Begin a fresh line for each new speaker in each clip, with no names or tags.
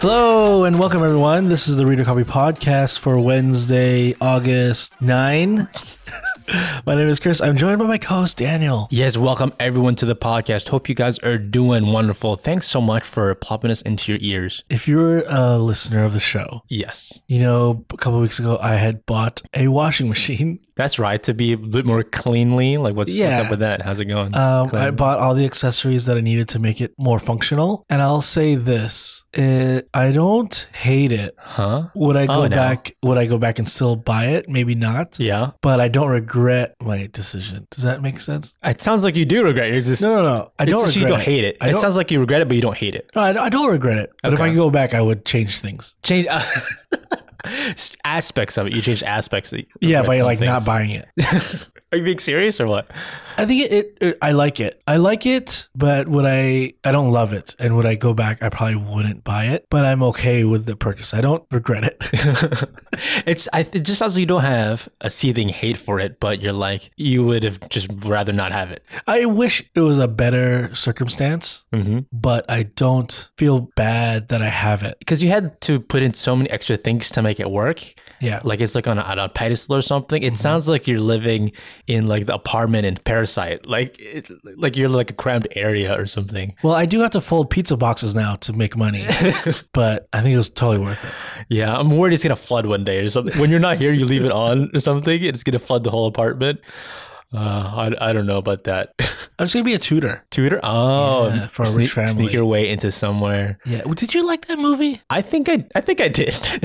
Hello and welcome everyone. This is the Reader Copy Podcast for Wednesday, August 9. my name is Chris. I'm joined by my co-host Daniel.
Yes, welcome everyone to the podcast. Hope you guys are doing wonderful. Thanks so much for plopping us into your ears.
If you're a listener of the show,
Yes,
you know a couple weeks ago I had bought a washing machine.
that's right. To be a bit more cleanly, like what's,
Yeah.
what's up with that? How's it going?
Um,
Clean.
I bought all the accessories that I needed to make it more functional. And I'll say this: it, I don't hate it.
huh?
Would I go
Oh, no.
back? Would I go back and still buy it? Maybe not.
Yeah.
But I don't regret my decision. Does that make sense?
It sounds like you do regret. it. You're just
No, no, no. I
it's
don't regret
just you don't
it.
hate it.
I
It
don't-
sounds like you regret it, but you don't hate it.
No, I don't, I don't regret it. But if I
Okay.
could go back, I would change things.
Change uh, aspects of it. You change aspects. That you
Yeah,
regret
by
some
like not
things.
buying it.
Are you being serious or what?
I think it, it, it. I like it. I like it, but would I? I don't love it, and would I go back? I probably wouldn't buy it. But I'm okay with the purchase. I don't regret it.
it's I, it just sounds like you don't have a seething hate for it, but you're like you would have just rather not have it.
I wish it was a better circumstance,
Mm-hmm.
but I don't feel bad that I have it.
because you had to put in so many extra things to make it work.
Yeah.
Like it's like on a, on a pedestal or something.
Mm-hmm.
It sounds like you're living in like the apartment in Parasite. Like it, like you're like a cramped area or something.
Well, I do have to fold pizza boxes now to make money, but I think it was totally worth it.
Yeah, I'm worried it's gonna flood one day or something. When you're not here, you leave it on or something. It's gonna flood the whole apartment. Uh, I, I don't know about that.
I'm just gonna be a tutor.
Tutor. Oh,
Yeah, for a rich family.
sneak your way into somewhere.
Yeah. Well, did you like that movie?
I think I I think I did.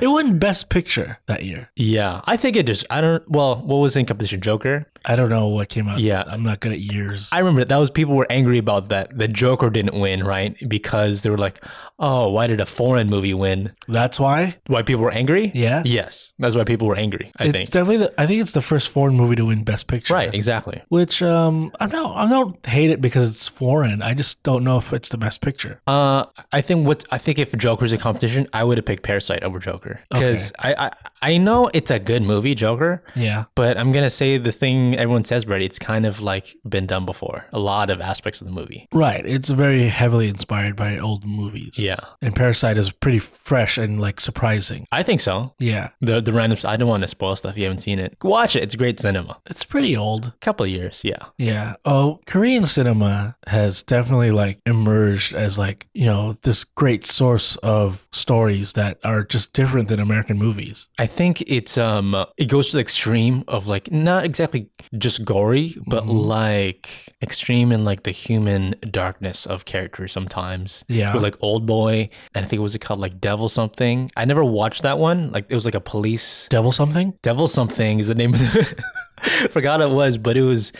It won Best Picture that year.
yeah, I think it just I don't. Well, what was in competition? Joker.
I don't know what came out.
Yeah.
I'm not good at years.
I remember that was people were angry about that. The Joker didn't win, right? Because they were like, "Oh, why did a foreign movie win?"
That's why.
Why people were angry?
Yeah.
Yes, that's why people were angry. I
it's
think.
definitely. The, I think it's the first foreign movie to win Best Picture.
Right. Exactly.
Which um, I don't. I don't hate it because it's foreign. I just don't know if it's the best picture.
Uh, I think what I think if Joker's a competition, I would have picked Parasite over Joker because I, I I know it's a good movie, Joker,
Yeah.
but I'm gonna say the thing everyone says about it, it's kind of like been done before. A lot of aspects of the movie.
Right. It's very heavily inspired by old movies.
Yeah,
And Parasite is pretty fresh and like surprising.
I think so.
Yeah.
The the random. I don't want to spoil stuff. If you haven't seen it, watch it. It's great cinema.
It's pretty old.
Couple of years. Yeah.
Yeah. Oh, Korean cinema has definitely like emerged as like, you know, this great source of stories that are just different than American movies.
I think it's um it goes to the extreme of like not exactly just gory, but
Mhm.
like extreme in like the human darkness of characters sometimes.
Yeah.
With like Old Boy, and I think it was called like Devil something. I never watched that one. Like it was like a police
Devil something?
Devil something is the name. Of the, forgot it was, but it was.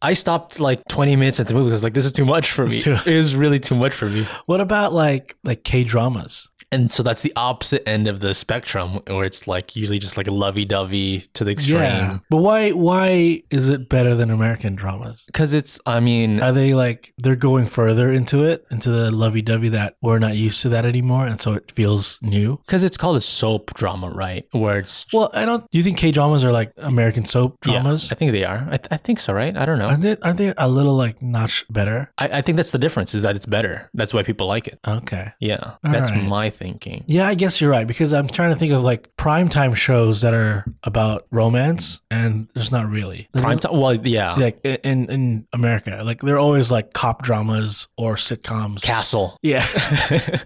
I stopped like 20 minutes at the movie because like this is too much for me.
It's too-
it was really too much for me.
What about like like K dramas?
And so that's the opposite end of the spectrum where it's like usually just like lovey dovey to the extreme.
But why why is it better than American dramas?
Because it's, I mean,
Are they like they're going further into it, into the lovey dovey that we're not used to that anymore and so it feels new?
because it's called a soap drama, right? Where it's
Well, I don't do you think K dramas are like American soap
yeah,
dramas?
I think they are. I, th- I think so, right? I don't know.
Aren't they aren't they a little like notch better?
I, I think that's the difference is that it's better. That's why people like it.
Okay.
Yeah,
All
that's
right.
my thinking.
Yeah, I guess you're right because I'm trying to think of like primetime shows that are about romance, and there's not really There's-
Prime time. Well, yeah.
like in in America. Like they're always like cop dramas or sitcoms.
Castle.
yeah,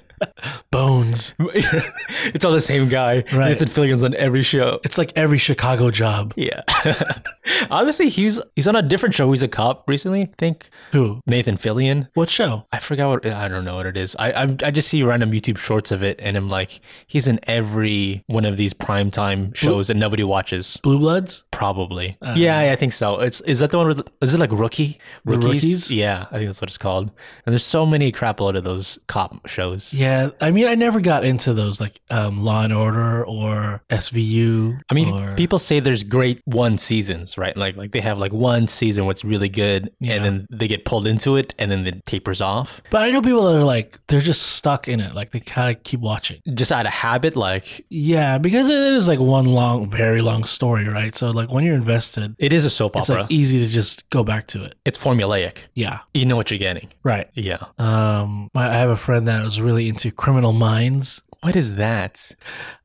Bones.
it's all the same guy.
Right.
Nathan Fillion's on every show.
It's like every Chicago job.
Yeah. Honestly, he's he's on a different show. He's a cop recently. I think
Who?
Nathan Fillion.
What show?
I forgot what I don't know what it is. I I, I just see random YouTube shorts of it, and I'm like, he's in every one of these primetime shows that nobody watches.
Blue Bloods.
Probably. yeah, yeah, I think so. It's is that the one with is it like rookie
Uh, The Rookies?
Yeah, I think that's what it's called. And there's so many crap load of those cop shows.
Yeah, I mean, I never got into those like um, Law and Order or SVU.
I mean,
or-
people say there's great one seasons, right? Like like they have like one season what's really good,
Yeah.
and then they get pulled into it, and then it tapers off.
but I know people that are like they're just stuck in it. Like they kind of keep watching.
Just out of habit, like
Yeah, because it is like one long, very long story, right? So like when you're invested,
it is a soap
it's
opera.
like e- easy to just go back to it.
it's formulaic.
Yeah,
You know what you're getting.
right.
Yeah.
Um, my, I have a friend that was really into Criminal Minds.
What is that?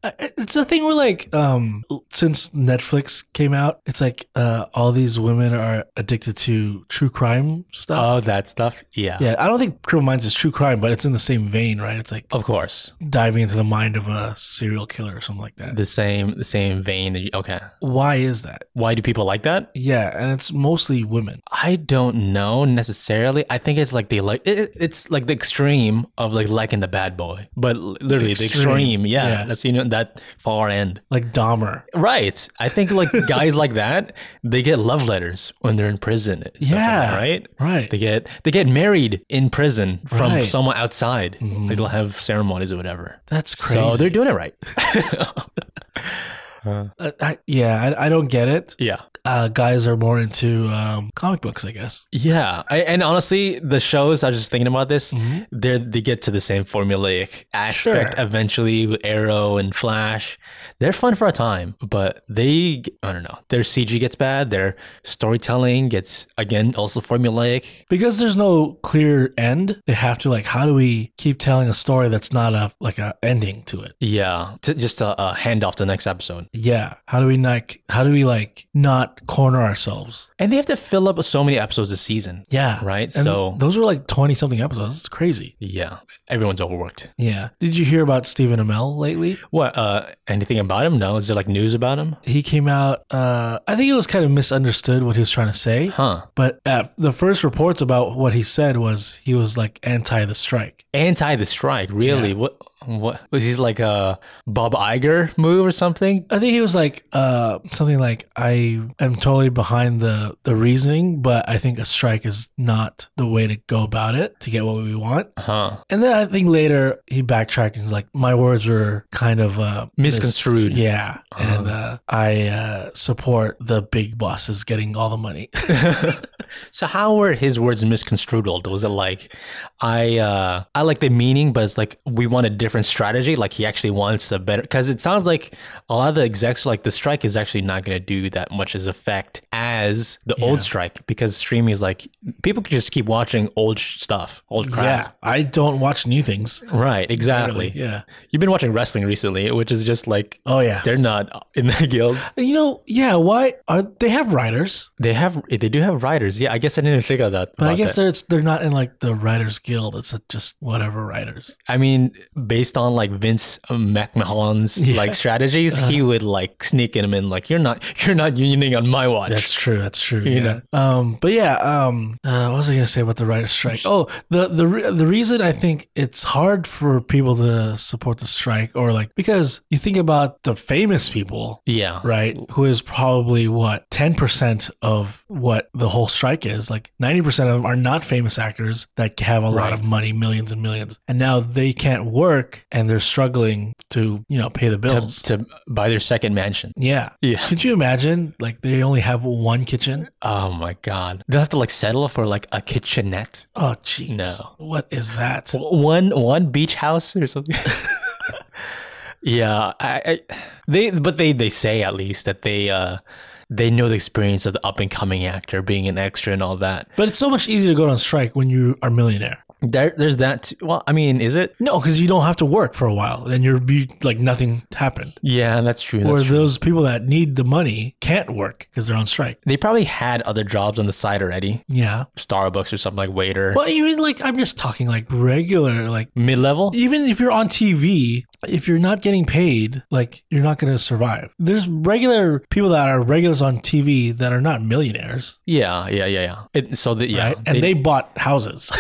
I- It's a thing where like um since Netflix came out, it's like uh all these women are addicted to true crime
Oh,
stuff.
that stuff. Yeah.
yeah, I don't think Criminal Minds is true crime, but it's in the same vein, right? It's like
Of course.
diving into the mind of a serial killer or something like that.
The same the same vein. that you- Okay.
Why is that?
Why do people like that?
Yeah, and it's mostly women.
I don't know necessarily. I think it's like they like it, it- it's like the extreme of like liking the bad boy, but l- literally the
Extreme.
extreme. Yeah,
Yeah.
that's you know that far end.
Like Dahmer.
Right. I think like guys like that, they get love letters when they're in prison. and stuff like that,
Yeah.
right.
Right.
They get they get married in prison from
Right.
someone outside.
Mhm.
They don't have ceremonies or whatever.
That's crazy.
So they're doing it right.
Uh, I, yeah, I, I don't get it.
yeah.
Uh, guys are more into um, comic books, I guess.
Yeah. I, and honestly, the shows, I was just thinking about this,
Mhm.
they're, they get to the same formulaic aspect
Sure.
eventually with Arrow and Flash. They're fun for a time, but they, I don't know, their CG gets bad, their storytelling gets, again, also formulaic.
Because there's no clear end, they have to like, how do we keep telling a story that's not a like a ending to it?
Yeah. To, just a, a handoff to the next episode.
Yeah, how do we like, how do we like not corner ourselves?
And they have to fill up so many episodes a season,
Yeah,
right?
And
so,
those were like twenty something episodes. It's crazy.
yeah, everyone's overworked.
Yeah. Did you hear about Stephen Amell lately?
What, uh, anything about him? No. Is there like news about him?
He came out. Uh, I think it was kind of misunderstood what he was trying to say.
Huh.
But uh the first reports about what he said was he was like anti the strike.
anti the strike really what what was he like a bob Iger move or something
I think he was like uh, something like I am totally behind the the reasoning, but I think a strike is not the way to go about it to get what we want.
huh
And then I think later he backtracked and was like, my words were kind of uh,
Misconstrued. Uh-huh.
mis- yeah, and uh, I uh, support the big bosses getting all the money.
so how were his words misconstrued was it like i uh i like the meaning but it's like we want a different strategy like he actually wants a better because it sounds like a lot of the execs are like the strike is actually not going to do that much as effect as the old strike because streaming is like people could just keep watching old sh- stuff old crap
yeah, I don't watch new things.
right exactly
Yeah.
you've been watching wrestling recently which is just like
Oh yeah.
they're not in the guild.
You know, yeah. Why are they have writers?
They have they do have writers. Yeah, I guess I didn't even think of that.
But I
about
guess
that.
they're it's, they're not in like the writers guild. It's uh, just whatever writers.
I mean, based on like Vince uh, McMahon's
Yeah. Uh-huh.
like strategies, he would like sneak him in like you're not you're not unioning on my watch.
That's true. That's true.
You
yeah.
know.
Um. But yeah. Um. Uh, what was I gonna say about the writers' strike? Oh, the the re- the reason I think it's hard for people to support the strike, or like because you think about the famous people,
yeah.
right? Who is probably what ten percent of what the whole strike is. Like ninety percent of them are not famous actors that have a
Right.
lot of money, millions and millions, and now they can't work and they're struggling to you know pay the
To,
bills.
to buy their second mansion.
yeah.
Yeah.
Could you imagine? Like they only have one kitchen.
Oh my god. They'll have to like settle for like a kitchenette.
Oh, jeez.
No.
What is that?
one one beach house or something. yeah, I, I they but they they say at least that they uh they know the experience of the up and coming actor being an extra and all that.
But it's so much easier to go on strike when you are a millionaire.
There there's that. Too. Well, I mean, is it?
No, because you don't have to work for a while and you're be, like nothing happened.
Yeah, that's true.
or
That's true.
those people that need the money can't work because they're on strike.
They probably had other jobs on the side already,
Yeah.
Starbucks or something like waiter,
Well, even like, I'm just talking like regular, like,
mid level.
even if you're on TV, if you're not getting paid, like, you're not going to survive. There's regular people that are regulars on TV that are not millionaires,
Yeah, yeah, yeah, yeah. It, so that yeah,
right? And they bought houses.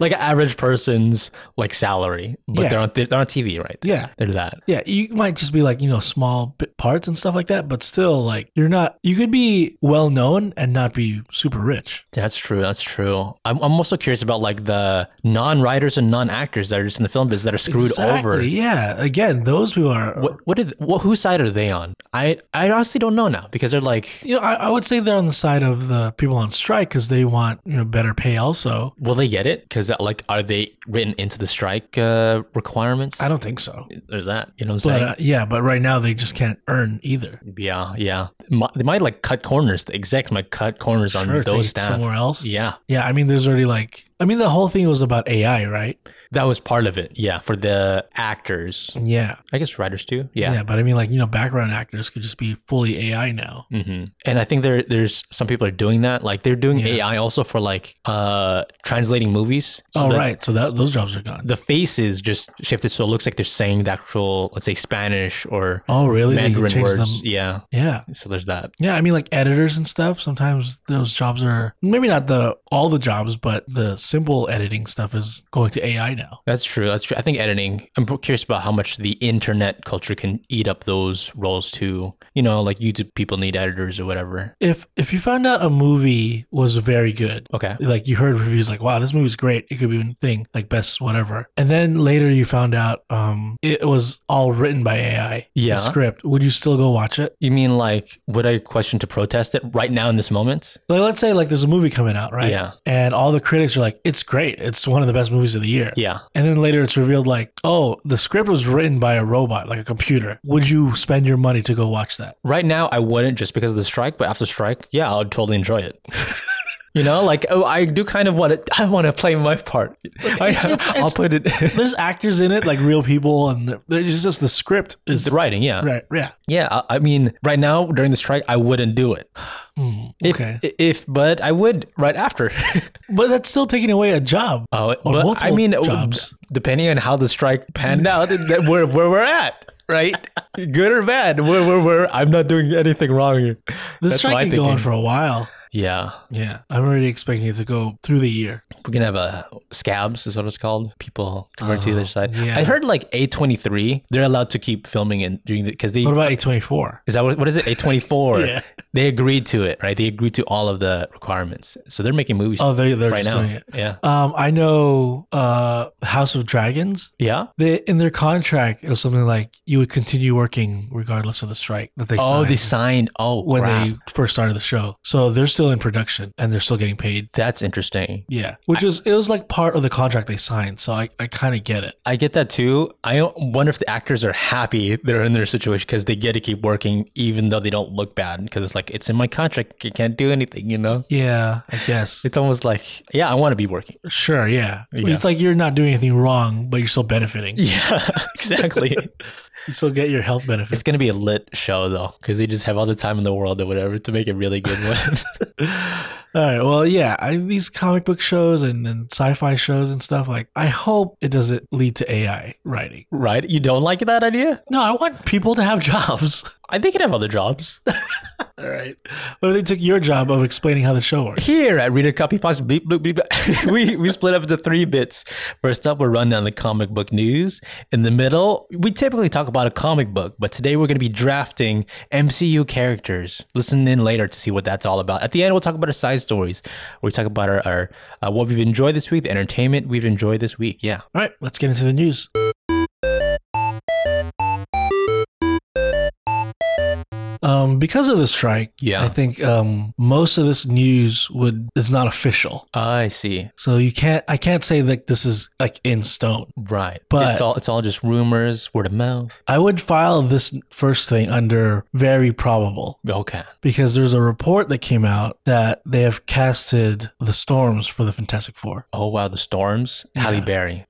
like an average person's like salary, but
Yeah.
they're on they're on TV, right?
yeah.
They're that.
Yeah, you might just be like, you know, small bit parts and stuff like that, but still, like, you're not, you could be well known and not be super rich.
That's true. That's true. I'm, I'm also curious about like the non-writers and non-actors that are just in the film business that are screwed over.
Yeah. Again, those people are,
What what did what whose side are they on? I I honestly don't know now because they're like,
you know, I, I would say they're on the side of the people on strike because they want, you know, better pay also.
will they get it? Because like, are they written into the strike uh, requirements?
I don't think so.
There's that. You know what I'm
But
saying?
uh, yeah, but right now they just can't earn either.
yeah, yeah. Mi- they might like cut corners. The execs might cut corners on
Sure, take
those
it
staff.
somewhere else.
Yeah,
Yeah, I mean, there's already like I mean, the whole thing was about AI, right?
That was part of it. Yeah, for the actors.
Yeah.
I guess writers too. Yeah.
but I mean, like you know, background actors could just be fully AI now.
hmm And I think there there's some people are doing that. Like they're doing
Mm-hmm. Yeah.
AI also for like uh translating movies. So
oh
that
right, so that those jobs are gone.
The faces just shifted, so it looks like they're saying the actual, let's say, Spanish or
oh really? They can
Mandarin
change
words.
them-
Yeah.
Yeah.
So there's that.
Yeah, I mean like editors and stuff. Sometimes those jobs are maybe not the all the jobs, but the simple editing stuff is going to AI now.
That's true. That's true. I think editing. I'm curious about how much the internet culture can eat up those roles too. You know, like YouTube people need editors or whatever.
If if you found out a movie was very good,
Okay.
like you heard reviews like, "Wow, this movie's great. It could be a thing, like best whatever." And then later you found out um it was all written by AI.
Yeah.
The script. Would you still go watch it?
You mean like would I question to protest it right now in this moment?
Like let's say like there's a movie coming out, right?
Yeah.
And all the critics are like, "It's great. It's one of the best movies of the year."
Yeah.
And then later it's revealed like, "Oh, the script was written by a robot, like a computer." Would you spend your money to go watch that?
Right now I wouldn't just because of the strike, but after strike, yeah, I'll totally enjoy it. you know, like oh, I do kind of want to. I want to play my part. I,
it's- it's-
will
it's-
put it.
There's actors in it, like real people, and the- it's just the script is
the writing, yeah,
right. Yeah.
yeah. I, I mean, right now during the strike, I wouldn't do it.
Hmm,
If,
okay.
If but I would right after.
But that's still taking away a job.
Oh,
Or
but I
multiple
mean,
jobs.
depending on how the strike panned out, that where where we're at, right? Good or bad, we're, we're, we're, I'm not doing anything wrong here.
This
That's my
strike can go on
thinking.
for a while.
Yeah,
Yeah, I'm already expecting it to go through the year.
we're gonna have a scabs is what it's called. People convert to the other side.
Oh, yeah.
I heard like A23, they're allowed to keep filming and doing the because they
What about A24?
is that what, what is it A24?
Yeah.
They agreed to it, right? They agreed to all of the requirements, so they're making movies
Oh, they they're
right
just
now.
doing it.
Yeah,
Um, I know uh, House of Dragons.
yeah.
They in their contract it was something like you would continue working regardless of the strike that they
Oh,
signed
they signed. Oh,
when
crap.
they first started the show. So they're still in production and they're still getting paid.
That's interesting.
Yeah, which is it was like part of the contract they signed. So I, I kind of get it.
I get that too. I wonder if the actors are happy they're in their situation because they get to keep working even though they don't look bad because it's like it's in my contract. You can't do anything, you know.
Yeah, I guess.
It's almost like yeah, I want to be working.
sure, yeah.
Yeah.
It's like you're not doing anything wrong, but you're still benefiting.
Yeah, exactly.
You still get your health benefits.
it's gonna be a lit show though because they just have all the time in the world or whatever to make a really good one.
All right. Well, yeah, I, these comic book shows and, and sci-fi shows and stuff. Like, I hope it doesn't lead to AI writing.
right? You don't like that idea?
No, I want people to have jobs.
I think you have other jobs.
All right. What if they took your job of explaining how the show works?
Here at Reader Copy Pots, bleep, bloop, bleep, bleep. we, we split up into three bits. First up, we'll run down the comic book news. In the middle, we typically talk about a comic book, but today we're going to be drafting MCU characters. Listen in later to see what that's all about. At the end, we'll talk about our side stories. We talk about our, our uh, what we've enjoyed this week, the entertainment we've enjoyed this week. Yeah.
All right. Let's get into the news. Um, because of the strike, I
Yeah.
think um, most of this news would is not official.
I see.
So you can't. I can't say that this is like in stone.
Right.
But-
it's all it's all just rumors, word of mouth.
I would file this first thing under very probable.
Okay.
because there's a report that came out that they have casted the storms for the Fantastic Four.
Oh wow, the storms. Halle
Yeah.
Berry.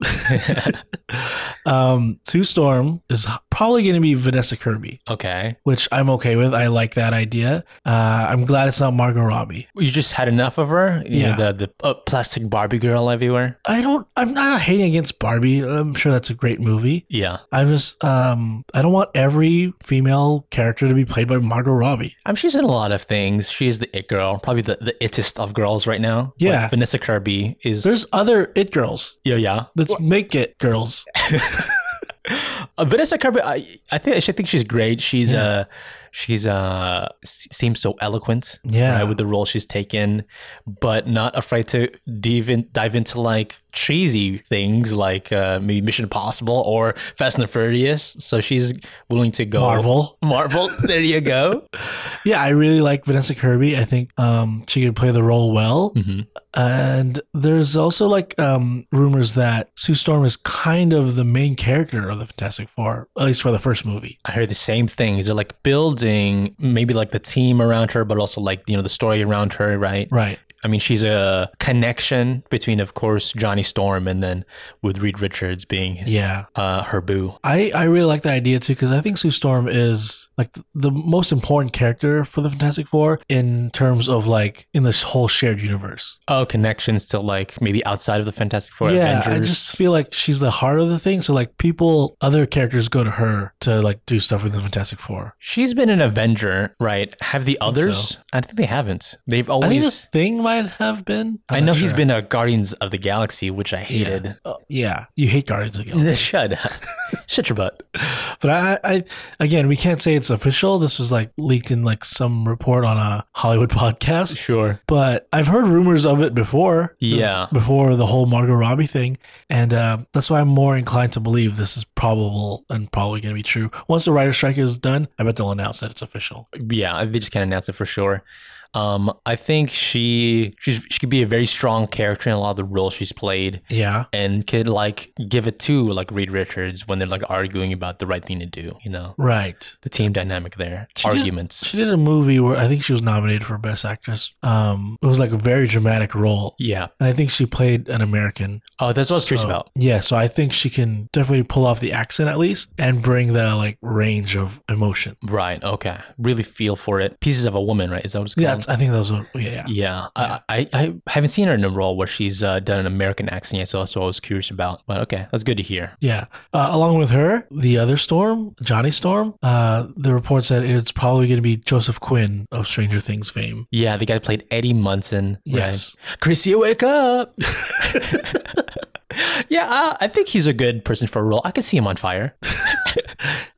Um, Sue Storm is probably going to be Vanessa Kirby,
okay.
which I'm okay with. I like that idea. Uh, I'm glad it's not Margot Robbie.
You just had enough of her. You know,
Yeah.
the the uh, plastic Barbie girl everywhere.
I don't. I'm not hating against Barbie. I'm sure that's a great movie.
Yeah,
I'm just. Um, I don't want every female character to be played by Margot Robbie.
I mean, she's in a lot of things. She is the it girl, probably the the itest of girls right now.
Yeah.
Like, Vanessa Kirby is.
There's other it girls.
yeah, yeah.
Let's make it girls.
Uh, Vanessa Kirby, I I think I should think she's great. She's
Yeah.
uh she's uh s- seems so eloquent.
Yeah.
right, with the role she's taken, but not afraid to dive, in, dive into like cheesy things like uh, maybe Mission Impossible or Fast and the Furious. So she's willing to go
Marvel.
Marvel. There you go.
Yeah, I really like Vanessa Kirby. I think um, she could play the role well.
Mhm.
And there's also like um, rumors that Sue Storm is kind of the main character of the Fantastic Four, at least for the first movie.
I heard the same things. They're like building maybe like the team around her, but also like you know the story around her, right?
Right.
I mean, she's a connection between, of course, Johnny Storm and then with Reed Richards being
Yeah.
uh, her boo.
I, I really like the idea too because I think Sue Storm is like the, the most important character for the Fantastic Four in terms of like in this whole shared universe.
Oh, connections to like maybe outside of the Fantastic Four,
yeah,
Avengers.
I just feel like she's the heart of the thing. So like people, other characters go to her to like do stuff with the Fantastic Four.
She's been an Avenger, right? Have the others? I think they haven't. They've
I think
always.
this thing might have been.
I,
I'm
know
not
he's
sure.
been a Guardians of the Galaxy, which I hated.
Oh, yeah, you hate Guardians of the Galaxy,
Shut up. Shut your butt.
but I, I again we can't say it's official. This was like leaked in like some report on a Hollywood podcast.
Sure.
but I've heard rumors of it before.
Yeah.
Before the whole Margot Robbie thing. And uh, that's why I'm more inclined to believe this is probable and probably going to be true. Once the writer's strike is done, I bet they'll announce that it's official.
Yeah, they just can't announce it for sure. Um, I think she she's, she could be a very strong character in a lot of the roles she's played,
Yeah.
and could like give it to like Reed Richards when they're like arguing about the right thing to do. You know,
Right.
the team dynamic there,
She did-
arguments.
She did a movie where I think she was nominated for Best Actress. Um, it was like a very dramatic role.
yeah.
And I think she played an American.
Oh, that's what I was curious
So-
about.
Yeah, so I think she can definitely pull off the accent at least and bring the like range of emotion.
Right. Okay. Really feel for it. Pieces of a woman, right? Is that what it's called?
Yeah, that's, I think that was a, yeah.
Yeah, I, I, I haven't seen her in a role where she's uh, done an American accent yet, so that's what I was curious about. But okay, that's good to hear.
Yeah. Uh, along with her, the other Storm, Johnny Storm, uh, the report said it's probably going to be Joseph Quinn of Stranger Things fame.
Yeah, the guy who played Eddie Munson.
Yes.
Right? Chrissy, wake up. yeah, I, I think he's a good person for a role. I could see him on fire.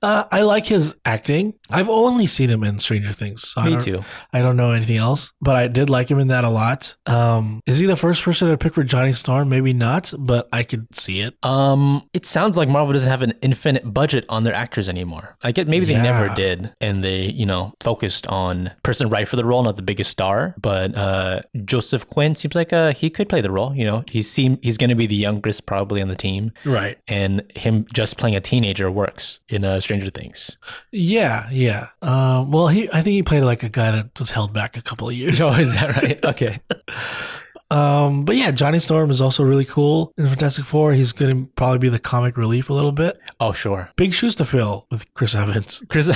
Uh, I like his acting. I've only seen him in Stranger Things. So I
Me
don't-
too.
I don't know anything else, but I did like him in that a lot. Um, is he the first person to pick for Johnny Storm? Maybe not, but I could see it.
Um, it sounds like Marvel doesn't have an infinite budget on their actors anymore. I get maybe they never
Yeah.
did, and they you know focused on person right for the role, not the biggest star. But uh, Joseph Quinn seems like uh, he could play the role. You know, he seem he's going to be the youngest probably on the team,
Right.
and him just playing a teenager works in uh, Stranger Things.
Yeah, yeah. Um, well, he I think he played like a guy that was held back a couple of years.
Oh, is that right? Okay.
Um, but yeah, Johnny Storm is also really cool in Fantastic Four. He's going to probably be the comic relief a little bit.
Oh, sure.
Big shoes to fill with Chris Evans
Chris,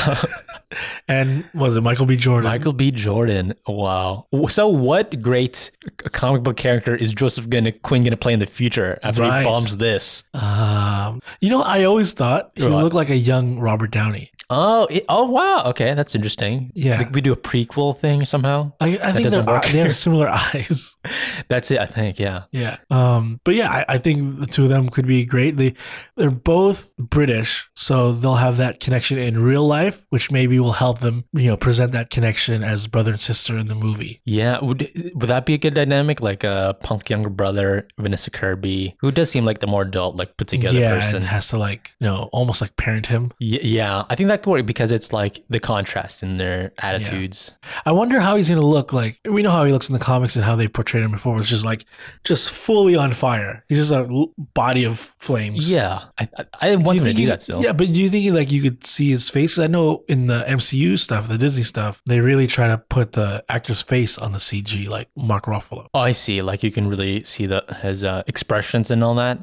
and was it Michael B. Jordan?
Michael B. Jordan. Wow. So, what great c- comic book character is Joseph gonna, Quinn going to play in the future after
Right.
he bombs this?
Um, you know, I always thought he
Right.
looked like a young Robert Downey.
Oh, it, oh wow. Okay, that's interesting.
Yeah.
Like we do a prequel thing somehow.
I, I think
doesn't
they're-
work
they
here.
have similar eyes.
That's it, I think. Yeah.
Yeah. Um, but yeah, I, I think the two of them could be great. They they're both British, so they'll have that connection in real life, which maybe will help them, you know, present that connection as brother and sister in the movie.
Yeah, would would that be a good dynamic? Like a punk younger brother, Vanessa Kirby, who does seem like the more adult, like put together
yeah,
person.
and has to like, you know, almost like parent him.
Y- yeah, I think that could work because it's like the contrast in their attitudes.
I wonder how he's gonna look like. We know how he looks in the comics and how they portrayed him before was just like, just fully on fire. He's just a l- body of flames.
Yeah, I I, I
Do
didn't
you
want them to
think
do
you-
that still.
Yeah, but do you think like you could see his face? 'Cause I know in the MCU stuff, the Disney stuff, they really try to put the actor's face on the CG, like Mark Ruffalo.
Oh, I see. Like you can really see the his uh, expressions and all that.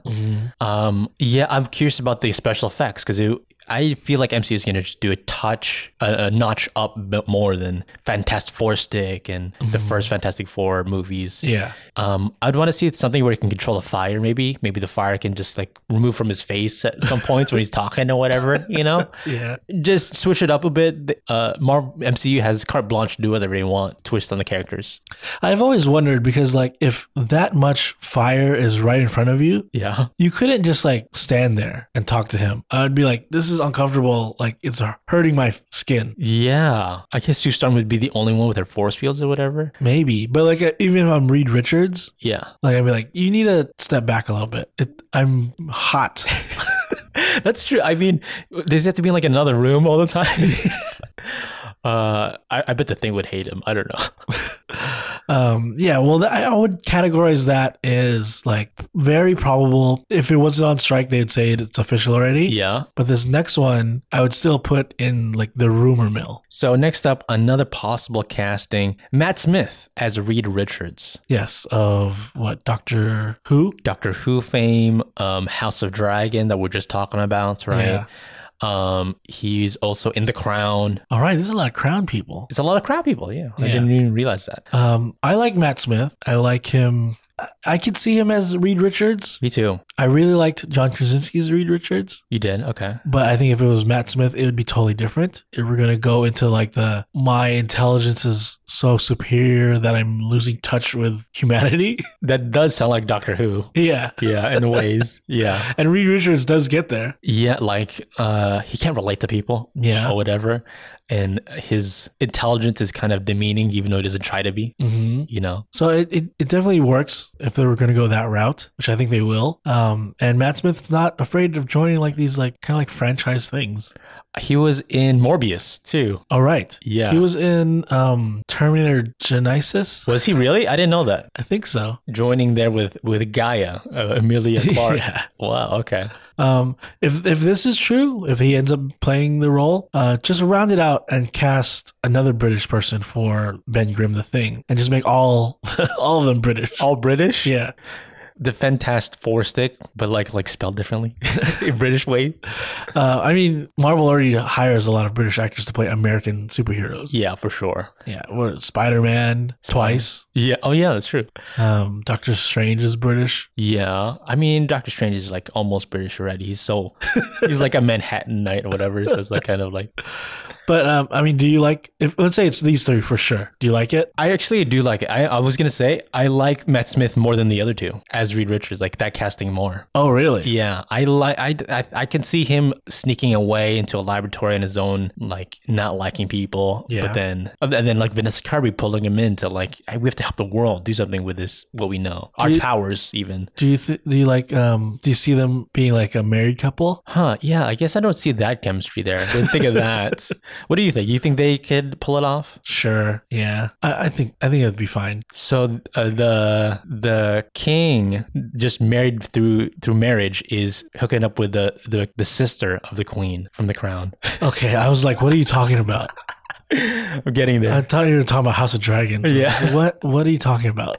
Um, yeah, I'm curious about the special effects because I feel like MCU is going to just do a touch, a, a notch up bit more than Fantastic Four stick and the first Fantastic Four movies.
Yeah,
Um, I'd want to see something where he can control the fire. Maybe, maybe the fire can just like remove from his face at some points when he's talking or whatever. You know,
yeah,
just switch it up a bit. Uh, Marvel MCU has carte blanche to do whatever they want, twist on the characters.
I've always wondered because like if that much fire is right in front of you.
Yeah.
You couldn't just like stand there and talk to him. I'd be like, this is uncomfortable. Like, it's hurting my skin.
Yeah, I guess Sue Storm would be the only one with her force fields or whatever.
Maybe, but like uh, even if I'm Reed Richards,
Yeah,
like I'd be like, you need to step back a little bit. It, I'm hot.
that's true. I mean, does he have to be in like another room all the time? uh, I, I bet the thing would hate him. I don't know.
Um, yeah, well, th- I would categorize that as like very probable. If it wasn't on strike, they'd say it, it's official already.
Yeah.
But this next one, I would still put in like the rumor mill.
So next up, another possible casting: Matt Smith as Reed Richards,
Yes, of what Doctor Who?
Doctor Who fame, um, House of Dragon that we're just talking about, right? Um, he's also in The Crown.
All right, there's a lot of crown people.
It's a lot of crap people. Yeah, I
Yeah.
didn't even realize that.
Um, I like Matt Smith. I like him. I- I could see him as Reed Richards.
Me too.
I really liked John Krasinski's Reed Richards,
You did okay.
but I think if it was Matt Smith, it would be totally different. If we're gonna go into like the my intelligence is so superior that I'm losing touch with humanity.
That does sound like Doctor Who.
yeah,
Yeah, in ways. Yeah.
and Reed Richards does get there.
Yeah, like uh he can't relate to people
Yeah.
or whatever. And his intelligence is kind of demeaning even though it doesn't try to be,
hmm
you know.
So it, it, it definitely works if they were going to go that route, which I think they will. Um, and Matt Smith's not afraid of joining like these like kind of like franchise things.
He was in Morbius too.
All right.
Yeah.
He was in um, Terminator Genesis.
was he really? I didn't know that.
I think so.
Joining there with with Gaia, uh, Amelia Clark.
yeah.
Wow, okay.
Um, if if this is true, if he ends up playing the role, uh, just round it out and cast another British person for Ben Grimm the Thing, and just make all all of them British.
All British? Yeah.
yeah.
The Fantast Four stick, but like like spelled differently. in British way.
Uh, I mean, Marvel already hires a lot of British actors to play American superheroes.
Yeah, for sure.
Yeah, what Spider Man twice.
Yeah. Oh yeah, that's true.
Um, Doctor Strange is British.
Yeah, I mean, Doctor Strange is like almost British already. He's so he's like a Manhattanite or whatever. So it's like kind of like
But um, I mean, do you like? If let's say it's these three for sure. Do you like it?
I actually do like it. I, I was gonna say I like Matt Smith more than the other two as Reed Richards, like that casting more.
Oh, really?
Yeah, I like I, I I can see him sneaking away into a laboratory on his own, like not liking people.
Yeah.
But then and then like Vanessa Kirby pulling him into like "Hey, we have to help the world do something with this what we know our
Do you-
powers even.
Do you th- do you like? Um, do you see them being like a married couple?
Huh, yeah, I guess I don't see that chemistry there. Didn't think of that. what do you think? You think they could pull it off?
Sure. Yeah. I, I think I think it'd be fine.
So uh, the the king just married through through marriage is hooking up with the the, the sister of the queen from the crown.
Okay. I was like, what are you talking about?
I'm getting there.
I thought you were talking about House of Dragons. I was
Yeah.
like, what What are you talking about?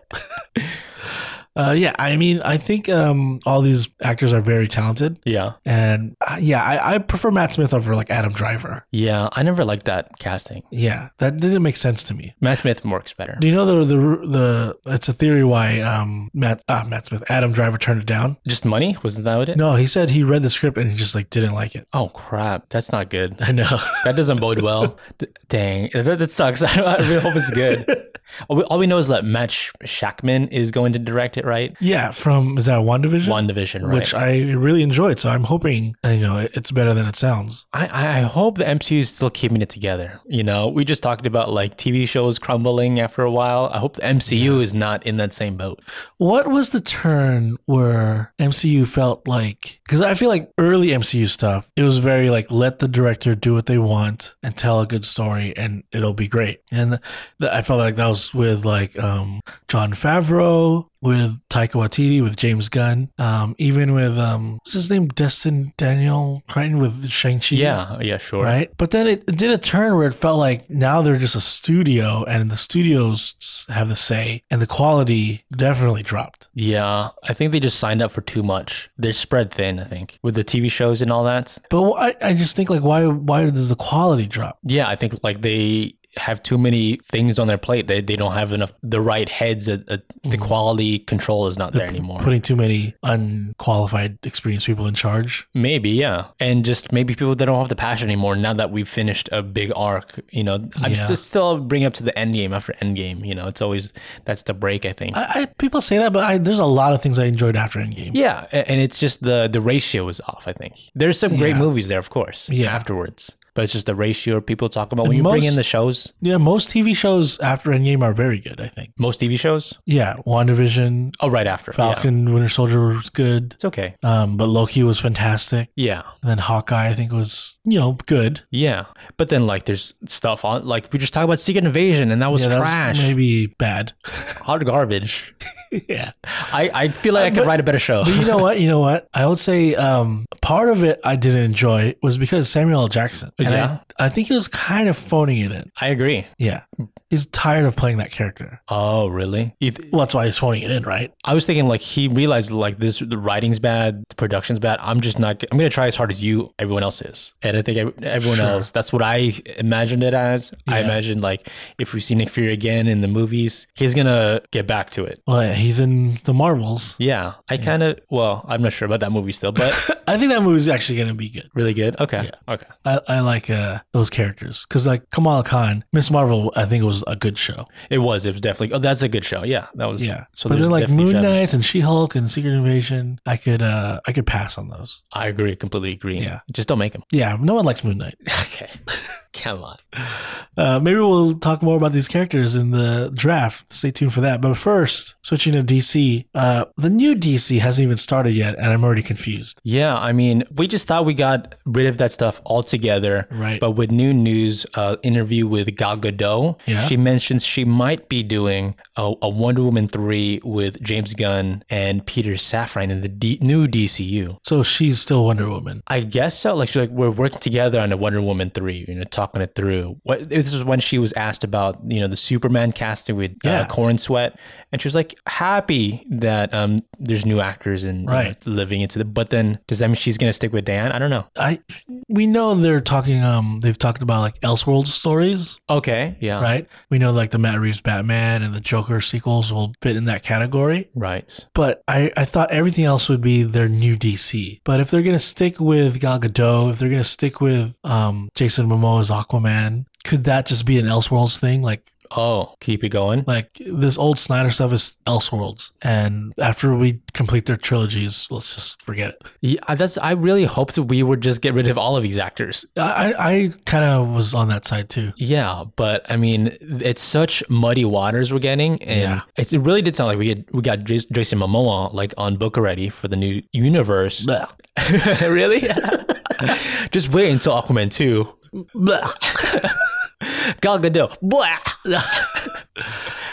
uh, yeah. I mean, I think um, all these actors are very talented.
yeah.
And uh, yeah, I, I prefer Matt Smith over like Adam Driver.
Yeah, I never liked that casting.
Yeah, that didn't make sense to me.
Matt Smith works better.
Do you know the the the? It's a theory why um Matt ah, Matt Smith Adam Driver turned it down.
Just money? Wasn't that what it?
No, he said he read the script and he just like didn't like it.
Oh crap, that's not good.
I know.
That doesn't bode well. D- Dang, that, that sucks. I really hope it's good. All we, all we know is that Matt Sh- Shackman is going to direct it, right?
yeah, from is that WandaVision?
One division, right?
Which I really enjoyed, so I'm hoping uh, you know it- it's better than it sounds.
I, I- I hope the MCU is still keeping it together. You know, we just talked about like TV shows crumbling after a while. I hope the MCU is not in that same boat.
What was the turn where MCU felt like? Because I feel like early MCU stuff, it was very like let the director do what they want and tell a good story, and it'll be great. And th- I felt like that was with like um, John Favreau, with Taika Waititi, with James Gunn, um, even with um, what's his name, Destin Daniel Crichton with Shang Chi.
Yeah, yeah, sure.
Right. But then it, it did a turn where it felt like now they're just a studio and the studios s- have the say and the quality definitely dropped.
Yeah, I think they just signed up for too much. They're spread thin, I think, with the TV shows and all that.
But wh- I, I just think like why why does the quality drop?
Yeah, I think like they have too many things on their plate. They, they don't have enough, the right heads. At, at, the
Mm-hmm.
quality control is not there anymore.
Putting too many unqualified, experienced people in charge.
Maybe, yeah. And just maybe people that don't have the passion anymore now that we've finished a big arc, you know. I'm
Yeah.
s- still bring up to the end game after end game, you know. It's always that's the break, I think.
I, I people say that, but I, there's a lot of things I enjoyed after Endgame.
yeah, a- and it's just the the ratio is off, I think. There's some great
Yeah.
movies there, of course,
Yeah.
afterwards. but it's just the ratio people talk about when you bring in
most-
the shows.
Yeah, most TV shows after Endgame are very good. I think.
Most TV shows.
Yeah, WandaVision,
Oh, right after. Yeah.
Falcon, Winter Soldier was good,
It's okay.
um, but Loki was fantastic,
Yeah.
and then Hawkeye I think was you know good.
Yeah. But then like there's stuff on like we just talked about Secret Invasion and that was
Yeah, that was
trash.
maybe bad.
Hot garbage.
yeah,
I, I feel like I could
Uh, but-
write a better show.
but you know what? You know what? I would say um, part of it I didn't enjoy was because Samuel L. Jackson. And I-
Yeah.
I, think he was kind of phoning it in.
I agree.
Yeah, he's tired of playing that character.
Oh, really? You th-
Well, that's why he's phoning it in, right?
I was thinking like he realized like this the writing's bad, the production's bad. I'm just not. I'm gonna try as hard as you, everyone else is, and I think ev- everyone
Sure.
else. That's what I imagined it as. I
Yeah.
imagined like if we see Nick Fury again in the movies, he's gonna get back to it.
Well, yeah, he's in the Marvels.
Yeah, I kind of. Well, I'm not sure about that movie still, but
I think that movie's actually going to be good.
really good. Okay, okay.
I, I like uh, those characters because like Kamala Khan, Miss Marvel, I think was a good show.
It was. It was definitely. Oh, that's a good show. Yeah, that was.
Yeah,
So
but
there's
then like
definitely
Moon
gems.
Knight and She Hulk and Secret Invasion, I could uh, I could pass on those.
I agree. Completely agree.
Yeah.
Just don't make him.
Yeah, no one likes Moon Knight.
okay. Come on.
Uh, maybe we'll talk more about these characters in the draft. Stay tuned for that. But first, switching to DC, uh, the new DC hasn't even started yet, and I'm already confused.
Yeah, I mean, we just thought we got rid of that stuff altogether.
Right.
But with new news, uh, interview with Gal Gadot,
Yeah.
she mentions she might be doing a, a Wonder Woman three with James Gunn and Peter Safran in the D- new DCU.
So she's still Wonder Woman.
I guess so. Like, she's like, we're working together on a Wonder Woman three. You know, talking it through. What this is when she was asked about, you know, the Superman casting with
Yeah.
uh, Corn Sweat, and she was like, happy that um, there's new actors and you know,
Right.
living into the. But then, does that mean she's gonna stick with Dan? I don't know.
I we know they're talking. Um, they've talked about like Elseworld stories,
Okay. Yeah. Right.
right? We know like the Matt Reeves Batman and the Joker sequels will fit in that category. But I, I thought everything else would be their new DC. But if they're gonna stick with Gal Gadot, if they're gonna stick with um, Jason Momoa as Aquaman, could that just be an Elseworlds thing? Like
Oh, keep it going.
like this old Snyder stuff is Elseworlds, and after we complete their trilogies, let's just forget it.
Yeah, that's. I really hoped we would just get rid of all of these actors.
I I, I kind of was on that side too.
Yeah, but I mean, it's such muddy waters we're getting, and
Yeah.
it's, it really did sound like we had, we got Jas- Jason Momoa like on book already for the new universe.
Blah,
really? just wait until Aquaman two.
blah.
Gal Gadot. Blah.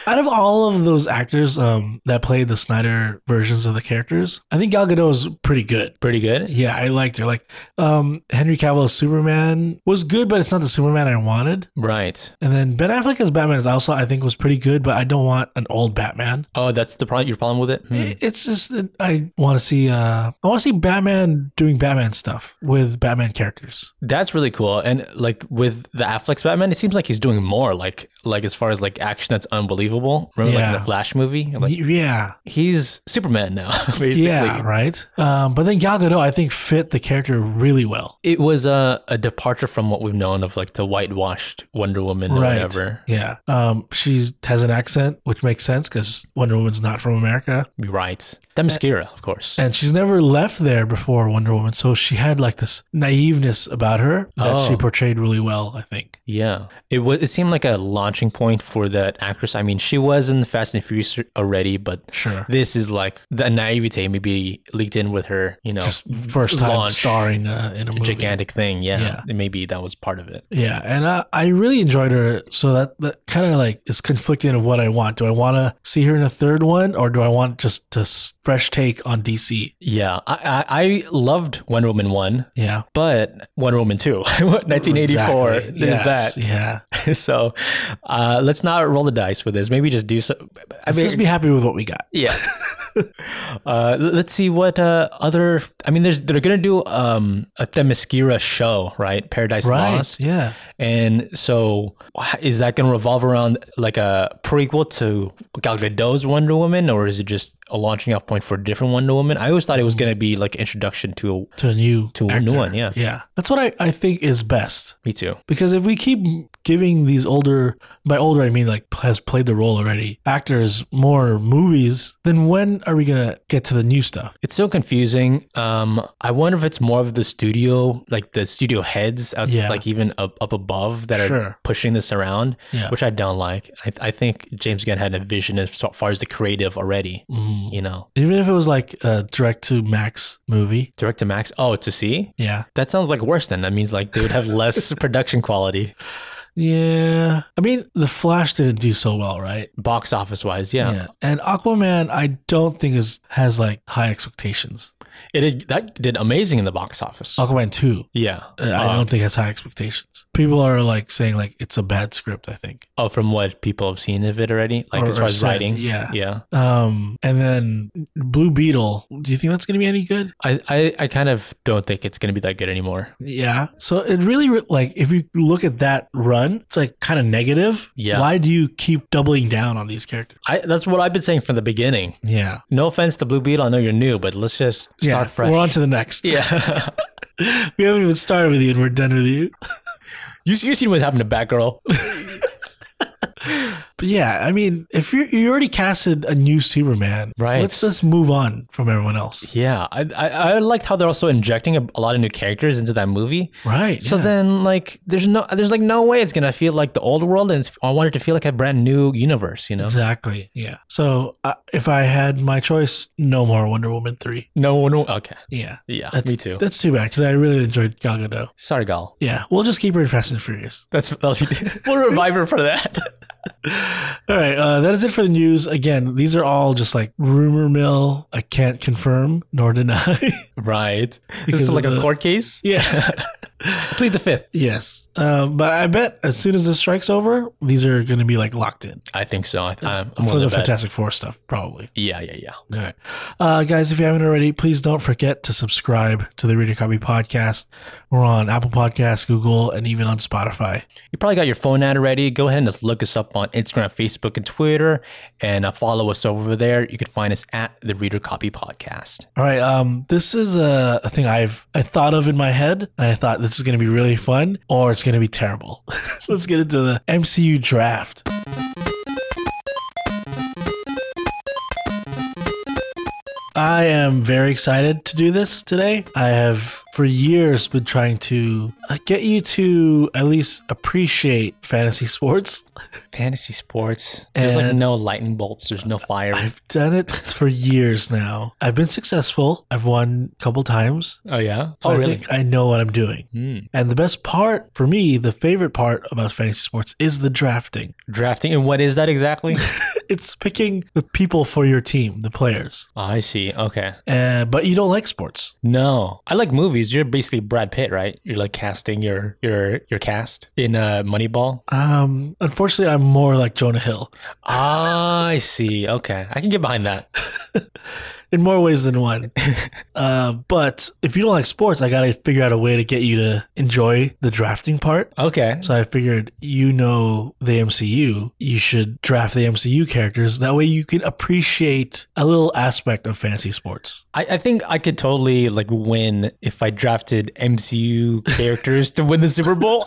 Out of all of those actors um, that played the Snyder versions of the characters, I think Gal Gadot is pretty good.
Pretty good.
Yeah, I liked her. Like um, Henry Cavill's Superman was good, but it's not the Superman I wanted.
Right.
And then Ben Affleck as Batman is also I think was pretty good, but I don't want an old Batman.
Oh, that's the problem. Your problem with it? Hmm.
It- It's just that I want to see uh, I want to see Batman doing Batman stuff with Batman characters.
That's really cool. And like with the Affleck's Batman, it seems like he's doing more. Like like as far as like action that's unbelievable. Remember like in
Yeah.
the Flash movie? Like
Y- yeah,
he's Superman now, basically.
yeah, right. Um, but then Gal Gadot I think fit the character really well.
It was a, a departure from what we've known of like the whitewashed Wonder Woman or whatever.
Yeah. Um, she has an accent, which makes sense because Wonder Woman's not from America,
You're Right. Themyscira, of course.
and she's never left there before Wonder Woman, so she had like this naiveness about her that
Oh.
she portrayed really well. I think.
Yeah, it was. It seemed like a launching point for that actress. I mean, she was in Fast and Furious already, but
Sure.
this is like the naivete maybe leaked in with her. You know,
Just first time
launch.
starring uh, in a movie.
gigantic thing. Yeah,
Yeah.
maybe that was part of it.
Yeah, and I, I really enjoyed her. So that, that kind of like is conflicting of what I want. Do I want to see her in a third one, or do I want just a s- fresh take on DC?
Yeah, I, I, I loved Wonder Woman one,
Yeah,
but Wonder Woman two, 1984.
Exactly.
There's
Yes. Yeah,
that. So uh, let's not roll the dice with this. Maybe just do so. I
let's
mean,
just be happy with what we got.
Yeah. uh, l- let's see what uh, other. I mean, there's they're gonna do um, a Themyscira show, right? Paradise
Right.
Lost,
Yeah.
And so, is that going to revolve around like a prequel to Gal Gadot's Wonder Woman, or is it just a launching off point for a different Wonder Woman? I always thought it was
Hmm.
going to be like introduction to a,
to a new
to a new
actor.
one. Yeah,
Yeah, that's what I, I think is best
me too.
because if we keep giving these older by older I mean like has played the role already actors more movies, then when are we gonna get to the new stuff?
It's so confusing. Um, I wonder if it's more of the studio, like the studio heads, out,
Yeah.
like even up, up above, that
Sure.
are pushing this around,
Yeah.
which I don't like. I, I think James Gunn had a vision as so- far as the creative already.
Mhm.
You know,
Even if it was like a direct to max movie,
direct to Max. Oh, to see.
yeah,
That sounds like worse. Then that means like they would have less production quality,
yeah. I mean, The Flash didn't do so well, right?
box office wise. Yeah,
And Aquaman, I don't think is has like high expectations.
it did, that did amazing in the box office.
Aquaman two,
Yeah.
uh, I
Uh,
don't think has high expectations. People are like saying like it's a bad script. I think.
oh, from what people have seen of it already, like
Or-
as
or
far as
said,
writing.
yeah.
Yeah.
Um, and then Blue Beetle. Do you think that's gonna be any good?
I, I, I kind of don't think it's going to be that good anymore.
Yeah. So it really re- like if you look at that run, it's like kind of negative.
Yeah.
Why do you keep doubling down on these characters?
I, that's what I've been saying from the beginning.
Yeah.
No offense to Blue Beetle, I know you're new, but let's just start
yeah.
fresh.
We're on to the next.
yeah.
we haven't even started with you, and we're done with you.
you you seen what happened to Batgirl?
But yeah, I mean, if you you already casted a new Superman,
Right.
Let's just move on from everyone else,
yeah, I, I I liked how they're also injecting a, a lot of new characters into that movie.
right?
So
yeah.
then, like, there's no, there's like no way it's gonna feel like the old world, and it's, I wanted to feel like a brand new universe, you know?
exactly, yeah. So uh, if I had my choice, no more Wonder Woman three.
No, no, okay,
Yeah,
yeah,
That's-
me too.
that's too bad because I really enjoyed Gal Gadot.
Sorry, Gal.
Yeah, we'll just keep her in Fast and Furious.
That's that'll be, we'll revive her for that.
All right, uh, that is it for the news. Again, these are all just like rumor mill. I can't confirm nor deny.
Right.
Because
this is
of
like a
the-
court case.
yeah.
Plead the fifth.
Yes. Uh, but I bet as soon as this strike's over, these are going to be like locked in
I think so. I, I'm,
for
I'm willing
the
to bet.
Fantastic Four stuff, probably.
Yeah, yeah, yeah.
All right. Uh, guys, if you haven't already, please don't forget to subscribe to the Reader Copy Podcast. We're on Apple Podcasts, Google, and even on Spotify.
You probably got your phone out already. Go ahead and just look us up on Instagram, Facebook, and Twitter, and uh, follow us over there. You can find us at the Reader Copy Podcast.
All right. Um, this is a, a thing I've I thought of in my head, and I thought this is going to be really fun, or it's going to be terrible. Let's get into the MCU draft. I am very excited to do this today. I have for years been trying to uh, get you to at least appreciate fantasy sports.
Fantasy sports. There's like
And-
no lightning bolts. There's no fire.
I've done it for years now. I've been successful. I've won a couple times.
oh yeah.
So
oh
I
really?
think I know what I'm doing.
Mm.
And the best part for me, the favorite part about fantasy sports is the drafting.
Drafting. And what is that exactly? Oh,
It's picking the people for your team, the players.
I see. Okay.
Uh, but you don't like sports.
No, I like movies. You're basically Brad Pitt, right? You're like casting your your your cast in uh, Moneyball.
Um, unfortunately, I'm more like Jonah Hill
Ah, I see. Okay, I can get behind that.
in more ways than one. uh, but if you don't like sports, I got to figure out a way to get you to enjoy the drafting part.
Okay.
So I figured you know the MCU, you should draft the MCU characters. That way you can appreciate a little aspect of fantasy sports.
I, I think I could totally like win if I drafted MCU characters to win the Super Bowl.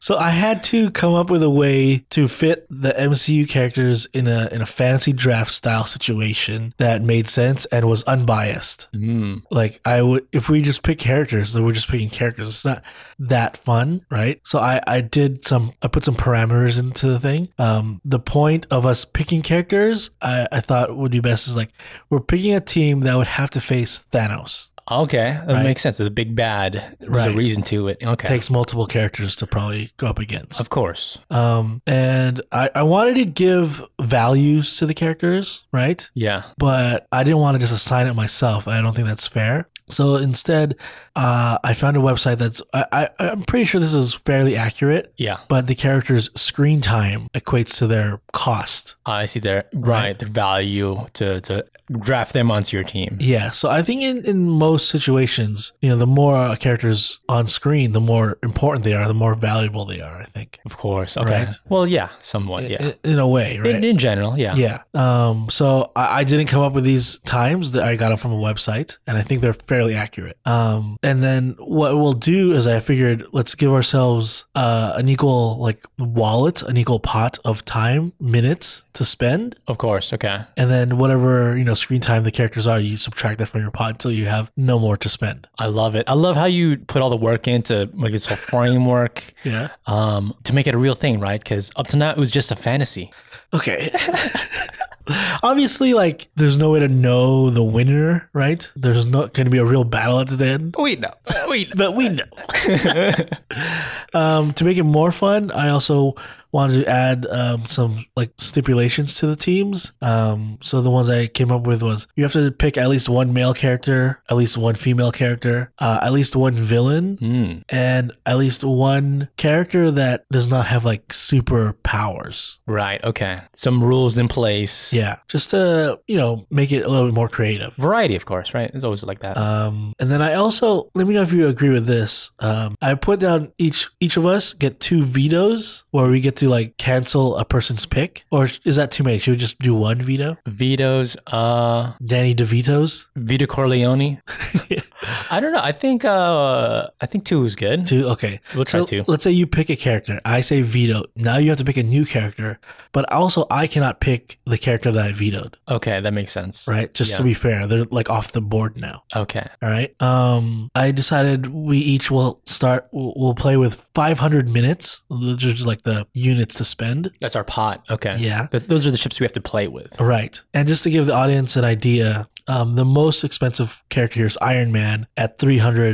So I had to come up with a way to fit the MCU characters in a in a fantasy draft style situation that made sense and was unbiased.
Hmm.
Like I would if we just pick characters, then we're just picking characters. It's not that fun, right? So I I did some I put some parameters into the thing. Um the point of us picking characters I I thought would be best is like we're picking a team that would have to face Thanos.
Okay, that
Right.
makes sense. The big bad. There's a
Right.
reason to it. Okay.
Takes multiple characters to probably go up against.
of course.
Um, and I, I wanted to give values to the characters, right?
Yeah.
But I didn't want to just assign it myself. I don't think that's fair. So instead, uh, I found a website that's I, I I'm pretty sure this is fairly accurate,
Yeah,
but the character's screen time equates to their cost.
I see their
Right.
right the value to to draft them onto your team.
Yeah, so I think in, in most situations, you know, the more a character's on screen, the more important they are, the more valuable they are. I think,
Of course. Okay.
Right.
Well, yeah, somewhat. Yeah.
in, in a way, right?
in, in general, yeah.
yeah. Um. So I, I didn't come up with these times that I got them from a website, and I think they're fairly accurate. Um. And then what we'll do is I figured let's give ourselves uh, an equal like wallet, an equal pot of time minutes to spend,
Of course. Okay.
and then whatever you know screen time the characters are, you subtract that from your pot until you have no more to spend.
I love it. I love how you put all the work into like this whole framework
Yeah.
um, to make it a real thing, right? Because up to now it was just a fantasy.
Okay. Obviously, like there's no way to know the winner, right? There's not going to be a real battle at the end,
We know. We know.
but we know. um, to make it more fun, I also wanted to add um, some like stipulations to the teams. Um, so the ones I came up with was you have to pick at least one male character, at least one female character, uh, at least one villain,
Hmm.
and at least one character that does not have like superpowers.
right. Okay. Some rules in place.
Yeah, just to you know make it a little bit more creative.
Variety, of course, right? It's always like that.
Um, and then I also let me know if you agree with this. Um, I put down each each of us get two vetoes where we get to like cancel a person's pick, or is that too many? Should we just do one veto?
Vito's, uh,
Danny DeVito's
Vito Corleone. I don't know. I think, uh, I think two is good.
two. Okay,
We'll try
So
two.
let's say you pick a character. I say veto. Now you have to pick a new character, but also I cannot pick the character that I vetoed.
Okay. That makes sense.
Right, just to
Yeah.
be fair, they're like off the board now.
Okay.
All right. Um, I decided we each will start. We'll, we'll play with 500 minutes, which is like the units to spend.
That's our pot. Okay.
Yeah.
Th- those are the ships we have to play with.
Right. And just to give the audience an idea, um, the most expensive character here is Iron Man at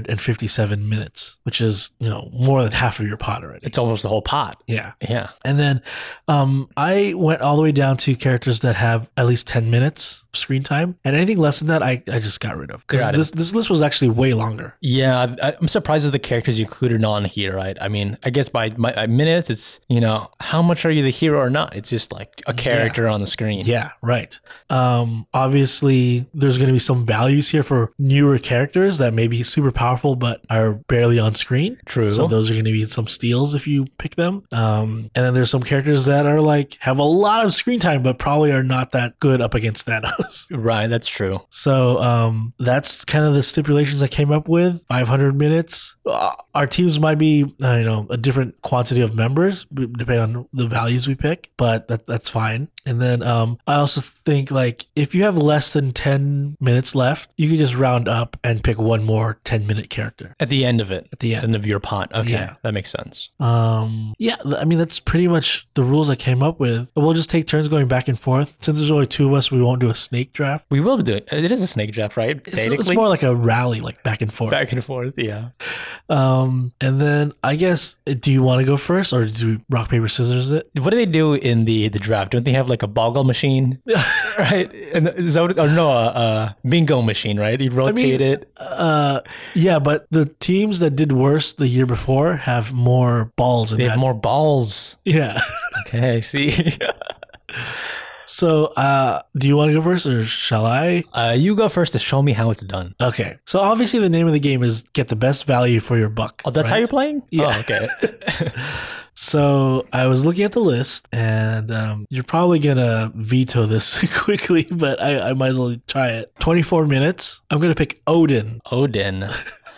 357 minutes, which is you know more than half of your pot already.
It's almost the whole pot.
Yeah.
Yeah.
And then um, I went all the way down to characters that have at least 10 minutes of screen time. And anything less than that, I, I just got rid of. Because
Got it.
this, this list was actually way longer.
Yeah, I, I'm surprised at the characters you included on here, right? I mean, I guess by my by minutes, it's you know how much are you the hero or not? It's just like a character on the screen.
Yeah, right. Um, obviously, there's going to be some values here for newer characters that may be super powerful but are barely on screen.
True.
So those are going to be some steals if you pick them. Um, and then there's some characters that are like have a lot of screen time but probably are not that good up against Thanos.
right, that's true.
So um, that's kind of the stipulations I came up with. 500 minutes. Uh, Our teams might be, uh, you know, a different quantity of members b- depending on the values we pick, but that, that's fine. And then um, I also think like if you have less than 10 minutes left, you can just round up and pick one more 10 minute character
At the end of it,
at the end.
end of your pot. Okay,
Yeah.
that makes sense.
Um, yeah, th- I mean that's pretty much the rules I came up with. We'll just take turns going back and forth. Since there's only two of us, we won't do a snake draft.
We will do it. It is a snake draft, right?
It's, it's more like a rally, like back and forth.
back and forth. Yeah.
Um, and then I guess do you want to go first or do we rock paper scissors it?
What do they do in the the draft? Don't they have like a boggle machine, right? And is that what, or no, a, a bingo machine, right? You rotate it.
Uh, yeah, but the teams that did worse the year before have more balls in
They
that.
have more balls.
yeah.
Okay, I see.
So, uh, do you want to go first or shall I?
Uh, you go first to show me how it's done.
Okay. So obviously the name of the game is get the best value for your buck.
Oh, that's how
right?
you're playing?
Yeah.
Oh, okay.
So I was looking at the list, and um, you're probably gonna veto this quickly, but I, I might as well try it. 24 minutes. I'm gonna pick Odin
Odin.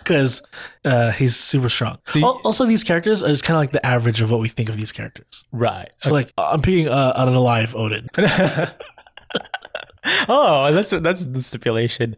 because uh, he's super strong.
So you-
Al- also, these characters are just kind of like the average of what we think of these characters.
Right.
So, like, I'm picking uh, an alive Odin.
Oh, that's that's the stipulation.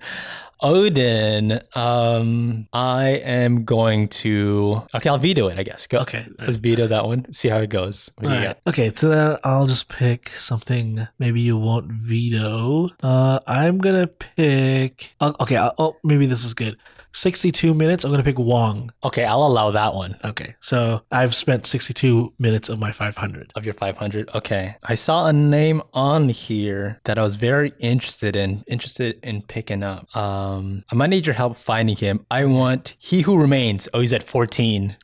Odin, um, I am going to. Okay, I'll veto it, I guess. Go.
Okay.
Let's veto that one. See how it goes. What do you
Alright. Okay, so then I'll just pick something maybe you won't veto. Uh, I'm gonna pick. oh, Okay, I'll, oh, maybe this is good. 62 minutes. I'm gonna pick Wong.
got? Okay, I'll allow that one
Okay, so I've spent 62 minutes of my 500.
of your 500. Okay. I saw a name on here that I was very interested in, interested in picking up. Um, Um, I might need your help finding him. I want He Who Remains. Oh, he's at 14.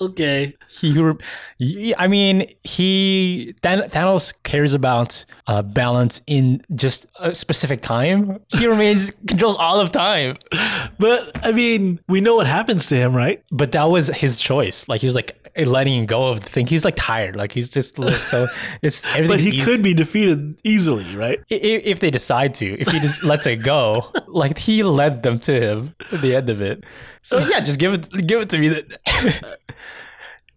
okay.
He who, rem- y- I mean, he Than- Thanos cares about uh, balance in just a specific time. He remains controls all of time,
But I mean, we know what happens to him, right?
but that was his choice. Like he was like letting go of the thing. He's like tired. Like he's just like, so it's everything.
But he could be defeated easily, right?
if, if they decide to, if he just lets it go, like he led them to him at the end of it. So yeah, just give it, give it to me. That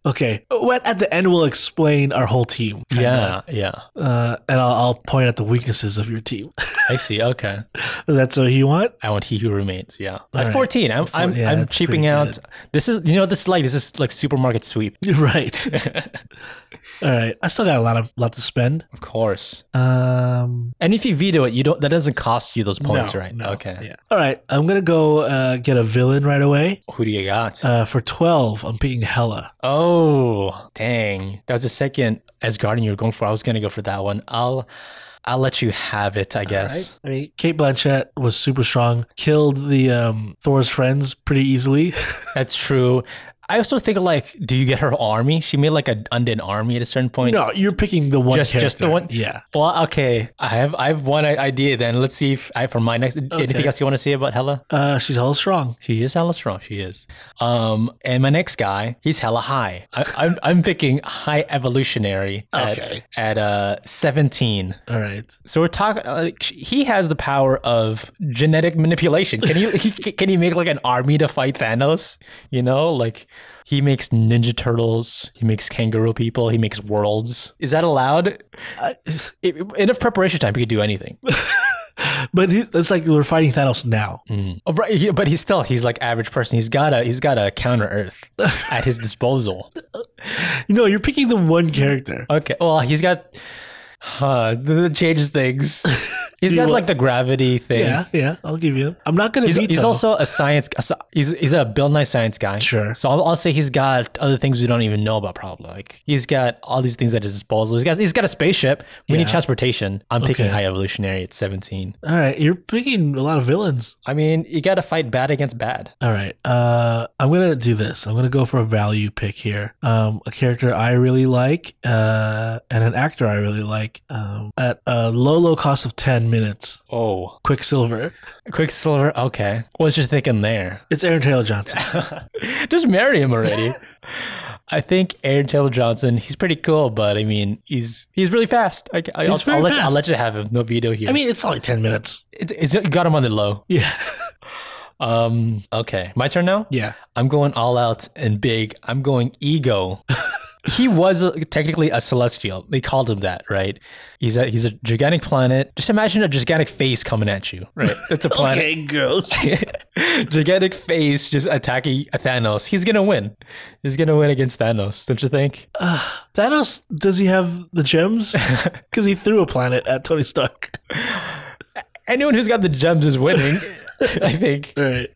Okay. What at the end we'll explain our whole team. kinda.
yeah, yeah,
Uh, and I'll, I'll point out the weaknesses of your team.
I see. Okay.
That's what you want.
I want He Who Remains. Yeah,
All
at
right.
fourteen, I'm I'm,
yeah,
I'm
that's
cheaping
pretty
out.
good.
This is you know this is like this is like supermarket sweep.
You're right. All right. I still got a lot of lot to spend.
Of course.
Um,
And if you veto it, you don't. That doesn't cost you those points,
no,
right?
no,
okay.
Yeah. All right. I'm gonna go uh, get a villain right away.
Who do you got?
Uh, for twelve, I'm picking Hella.
oh, dang! That was the second Asgardian you were going for. I was gonna go for that one. I'll I'll let you have it. I guess.
I mean, Kate Blanchett was super strong. Killed the um, Thor's friends pretty easily.
That's true. I also think like, do you get her army? She made like an undead army at a certain point.
no, you're picking the one.
Just- just the
character.
one?
Yeah.
Well, okay. I have I have one i- idea then. Let's see if I for my next anything
Okay.
else you want to say about Hella?
Uh, she's hella strong.
She is hella strong. She is. Um, and my next guy, he's hella high. I, I'm I'm picking high evolutionary at
Okay.
at uh 17.
All right.
So we're talking. uh, Like, sh- he has the power of genetic manipulation. Can he, he can he make like an army to fight Thanos? You know, like he makes Ninja Turtles. He makes kangaroo people. He makes worlds. Is that allowed?
I,
If- if- Enough preparation time. He could do anything.
but he, it's like we're fighting Thanos now.
Oh, right, he- but he's still he's like average person. He's got a he's got a counter Earth at his disposal.
No, you're picking the one character.
Okay, well he's got uh, that changes things. He's
You
got
what?
like the gravity thing.
Yeah, yeah, I'll give you. I'm not gonna.
He's,
veto.
he's also a science. a sci- He's he's a Bill Nye science guy.
Sure.
So I'll, I'll say he's got other things we don't even know about. Probably like he's got all these things at his disposal. He's got he's got a spaceship. We need
Yeah.
transportation. I'm picking
Okay.
high evolutionary at 17.
all right. You're picking a lot of villains.
I mean, you got to fight bad against bad.
All right. Uh, I'm gonna do this. I'm gonna go for a value pick here. Um, a character I really like, uh, and an actor I really like. Um, at a low, low cost of ten minutes.
Oh,
Quicksilver.
Quicksilver. Okay, what's your thinking there?
It's Aaron Taylor Johnson.
just marry him already. I think Aaron Taylor Johnson, he's pretty cool, but I mean, he's he's really fast. I, I, will
He's very
let you, I'll
fast.
let you have him. No veto here.
I mean, it's only ten minutes.
it's, it's, you got him on the low.
Yeah.
Um, okay, my turn now.
Yeah.
I'm going all out and big. I'm going ego. he was a, technically a celestial. They called him that, right? He's a he's a gigantic planet. Just imagine a gigantic face coming at you, right? That's a planet.
gross.
gigantic face just attacking Thanos. He's gonna win. He's gonna win against Thanos, don't you think?
Thanos, does he have the gems? Because he threw a planet at Tony Stark.
Anyone who's got the gems is winning. I think.
All right.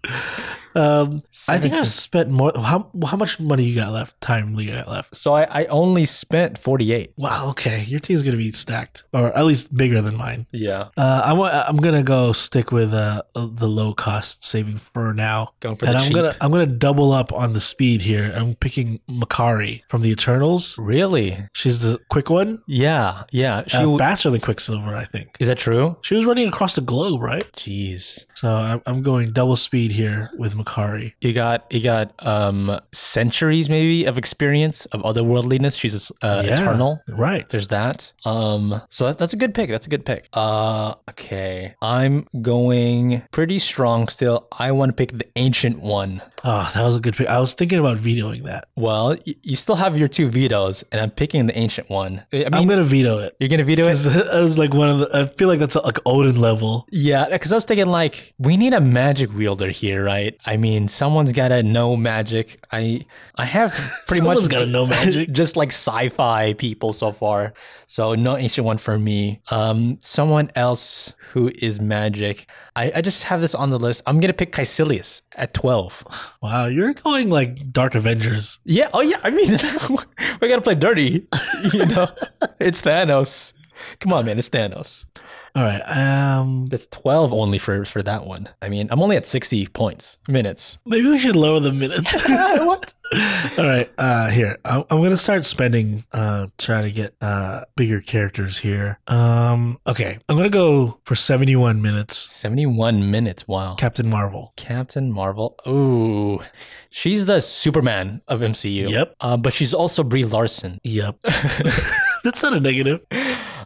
Um, I think
Seventeen.
I've spent more. How how much money you got left? Time you got left?
So I, I only spent forty eight.
Wow. Okay, your team's gonna be stacked, or at least bigger than mine.
Yeah,
Uh, I want. I'm gonna go stick with uh, the low cost saving for now.
going for
and
the
I'm
cheap.
gonna I'm gonna double up on the speed here. I'm picking Makari from the Eternals.
Really?
She's the quick one,
Yeah, yeah. She
uh,
w-
faster than Quicksilver, I think.
is that true?
She was running across the globe, right?
Jeez,
So I'm, I'm going double speed here with Makari.
you got you got um centuries maybe of experience of otherworldliness. She's a s- uh,
Yeah.
eternal.
Right.
There's that. Um, so that, that's a good pick. That's a good pick. Uh, okay. I'm going pretty strong still. I want to pick the ancient one.
oh, that was a good pick. I was thinking about vetoing that.
Well, you, you still have your two vetoes, and I'm picking the ancient one. I mean,
I'm gonna veto it.
you're gonna veto it.
Because I was like one of the. I feel like that's like Odin level.
Yeah, because I was thinking like we need a magic wielder here, right? I mean, someone's gotta know magic. I I have pretty
Someone's
much
gotta know magic.
just like sci-fi people so far. So no ancient one for me. Um, someone else who is magic. I, I just have this on the list. I'm gonna pick Caecilius at twelve.
Wow, you're going like Dark Avengers.
Yeah. Oh yeah. I mean, we gotta play dirty. You know, it's Thanos. Come on, man. It's Thanos.
All right. Um,
That's 12 only for, for that one. I mean, I'm only at 60 points, minutes.
maybe we should lower the minutes.
what?
All right, uh, here I'm, I'm gonna start spending, uh, try to get uh bigger characters here. Um, okay, I'm gonna go for 71 minutes.
71 minutes. Wow.
Captain Marvel.
Captain Marvel. Ooh. She's the Superman of MCU.
Yep.
Uh, but she's also Brie Larson.
Yep, that's not a negative.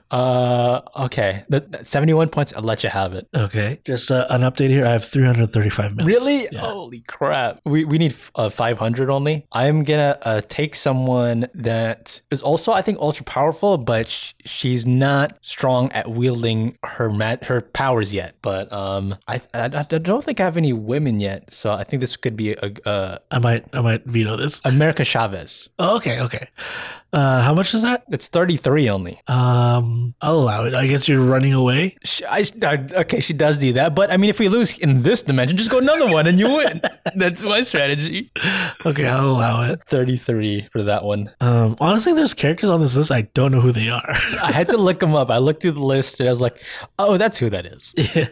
Uh, okay. The, the 71 points. I'll let you have it.
Okay, just uh, an update here. I have 335 minutes.
Really? Oh.
Yeah.
Holy crap. We, we need uh, 500 only. I'm going to uh, take someone that is also, I think, ultra powerful, but sh- she's not strong at wielding her mat- her powers yet. But um, I, I, I don't think I have any women yet. So I think this could be a, a
I might, I might veto this.
America Chavez.
Oh, okay, okay. Uh, how much is that?
It's 33 only.
Um, I'll allow it. I guess you're running away.
She, I, I, okay, she does do that. But I mean, if we lose in this dimension, just go another one and you win. That's my strategy.
Okay, I'll allow it.
33 for that one.
Um, honestly, there's characters on this list I don't know who they are.
I had to look them up. I looked through the list and I was like, oh, that's who that is.
Yeah.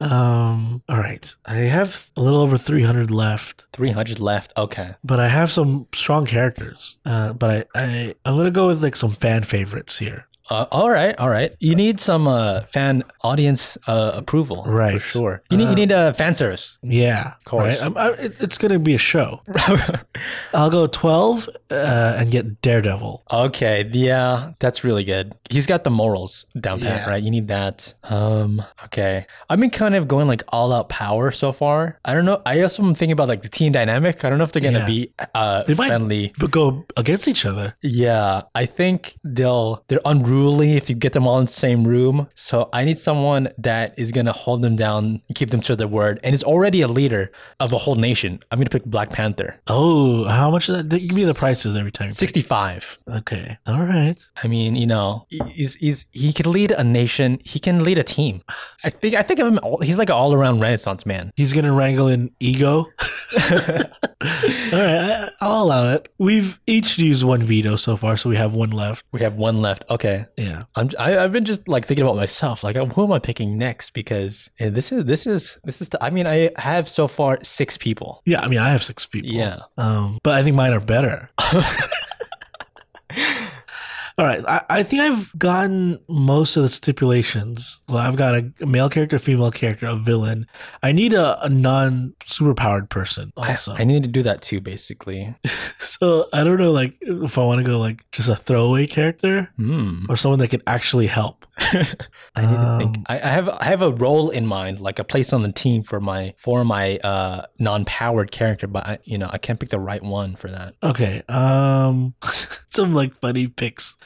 Um, all right. I have a little over 300 left,
300 left. Okay.
but I have some strong characters. Uh, but I, I, I'm going to go with like some fan favorites here.
Uh, all right. All right. You need some uh, fan audience uh, approval. For
Right. Uh.
sure. You need, you need a fan service.
Yeah. Of
course.
I'm, I, it- it's going to be a show. I'll go 12 uh, and get Daredevil.
okay. Yeah. That's really good. He's got the morals down pat,
Yeah.
right? You need that. Um. Okay. I've been kind of going like all out power so far. I don't know. I also am thinking about like the team dynamic. I don't know if they're going to
Yeah.
be uh,
They might-
friendly.
But go against each other.
Yeah, I think they'll they're unruly if you get them all in the same room. So I need someone that is gonna hold them down, keep them to their word, and is already a leader of a whole nation. I'm gonna pick Black Panther.
Oh, how much is that? They Give me the prices every time. you pick.
Sixty-five.
Okay. All right.
I mean, you know, he- he's, he's he could lead a nation. He can lead a team. I think I think of him. All, he's like an all-around Renaissance man.
He's going to wrangle in ego. All right. I, I'll allow it. We've each used one veto so far, so we have one left.
We have one left. Okay,
Yeah.
I'm I, I've been just like thinking about myself, like who am I picking next? Because eh, this is this is this is. The, I mean, I have so far six people.
Yeah, I mean, I have six people.
Yeah.
Um, but I think mine are better. All right. I, I think I've gotten most of the stipulations. Well, I've got a male character, female character, a villain. I need a, a non superpowered person
I-
also.
I, need to do that too, basically.
so I don't know, like, if I want to go, like, just a throwaway character
Hmm.
or someone that can actually help.
I need to think.
Um,
I, I have I have a role in mind, like a place on the team for my for my uh, non-powered character, but I, you know I can't pick the right one for that.
Okay. Um, some, like, funny picks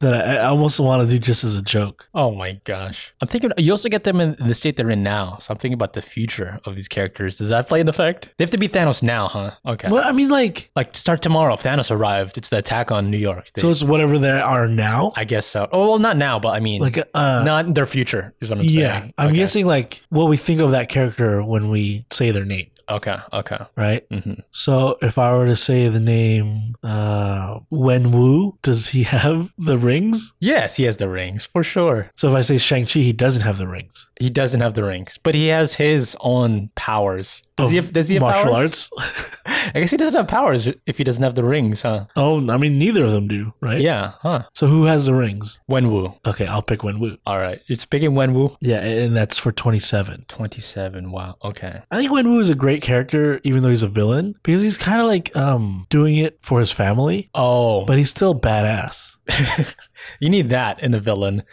that I, I almost want to do just as a joke.
Oh my gosh! I'm thinking you also get them in the state they're in now, so I'm thinking about the future of these characters. Does that play an effect? They have to beat Thanos now, huh? Okay.
Well, I mean, like,
Like start tomorrow if Thanos arrived. It's the attack on New York. They-
So it's whatever there are now.
I guess so. Oh well, not now, but I mean,
Like uh
not their future is what I'm
yeah,
saying.
I'm
okay.
guessing like what we think of that character when we say their name,
Okay. Okay.
right?
hmm
So if I were to say the name uh Wen Wu, does he have the rings?
Yes, he has the rings for sure.
So if I say Shang-Chi, he doesn't have the rings.
He doesn't have the rings, but he has his own powers. Does
Of
he have? Does he have
martial
powers?
arts?
I guess he doesn't have powers if he doesn't have the rings, huh?
Oh, I mean neither of them do, right?
Yeah, huh?
So who has the rings?
Wenwu.
Okay, I'll pick Wen Wu.
All right, it's picking Wenwu.
Yeah, and that's for 27.
Twenty-seven. Wow. Okay.
I think Wen Wu is a great character even though he's a villain because he's kind of like um doing it for his family,
Oh, but
but he's still badass.
you need that in a villain.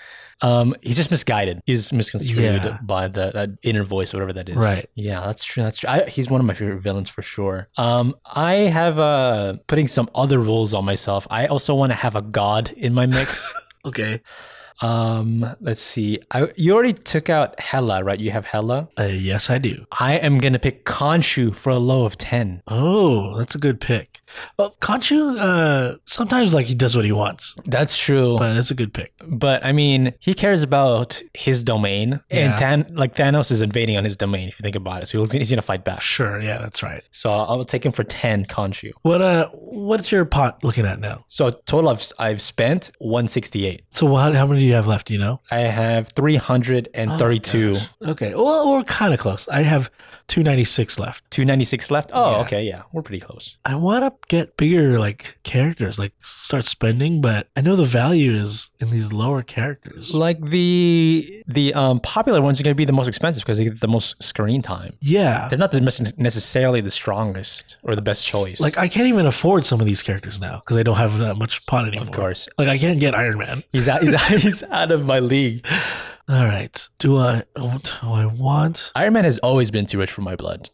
Um, he's just misguided. He's misconstrued
Yeah.
by the that inner voice, whatever that is.
Right.
Yeah, that's true. That's true. I, he's one of my favorite villains for sure. Um, I have uh putting some other rules on myself. I also want to have a god in my mix.
Okay.
Um, let's see. I, you already took out Hella, right? You have Hella.
Uh, yes, I do.
I am gonna pick Khonshu for a low of ten.
Oh, that's a good pick. Well, Kanchu, uh, sometimes like he does what he wants,
That's true, but,
but it's a good pick.
I mean, he cares about his domain,
Yeah.
and Than- like Thanos is invading on his domain. If you think about it, so he's, he's gonna fight back.
Sure, yeah, that's right.
So I'll take him for ten Khonshu.
What uh, what's your pot looking at now?
So total I've I've spent one sixty eight.
So what, how many do you you have left? Do you know?
I have 332.
Oh Okay. Well, we're kind of close. I have 296 left.
296 left. Oh,
Yeah.
okay. Yeah. We're pretty close.
I want to get bigger like characters, like start spending, but I know the value is in these lower characters.
Like the the um, popular ones are going to be the most expensive because they get the most screen time.
Yeah.
They're not the mes- necessarily the strongest or the best choice.
Like I can't even afford some of these characters now because I don't have that much pot anymore.
of course,
Like I can't get Iron Man.
he's out, he's, out, he's out of my league.
All right. Do I oh, do I want
Iron Man has always been too rich for my blood.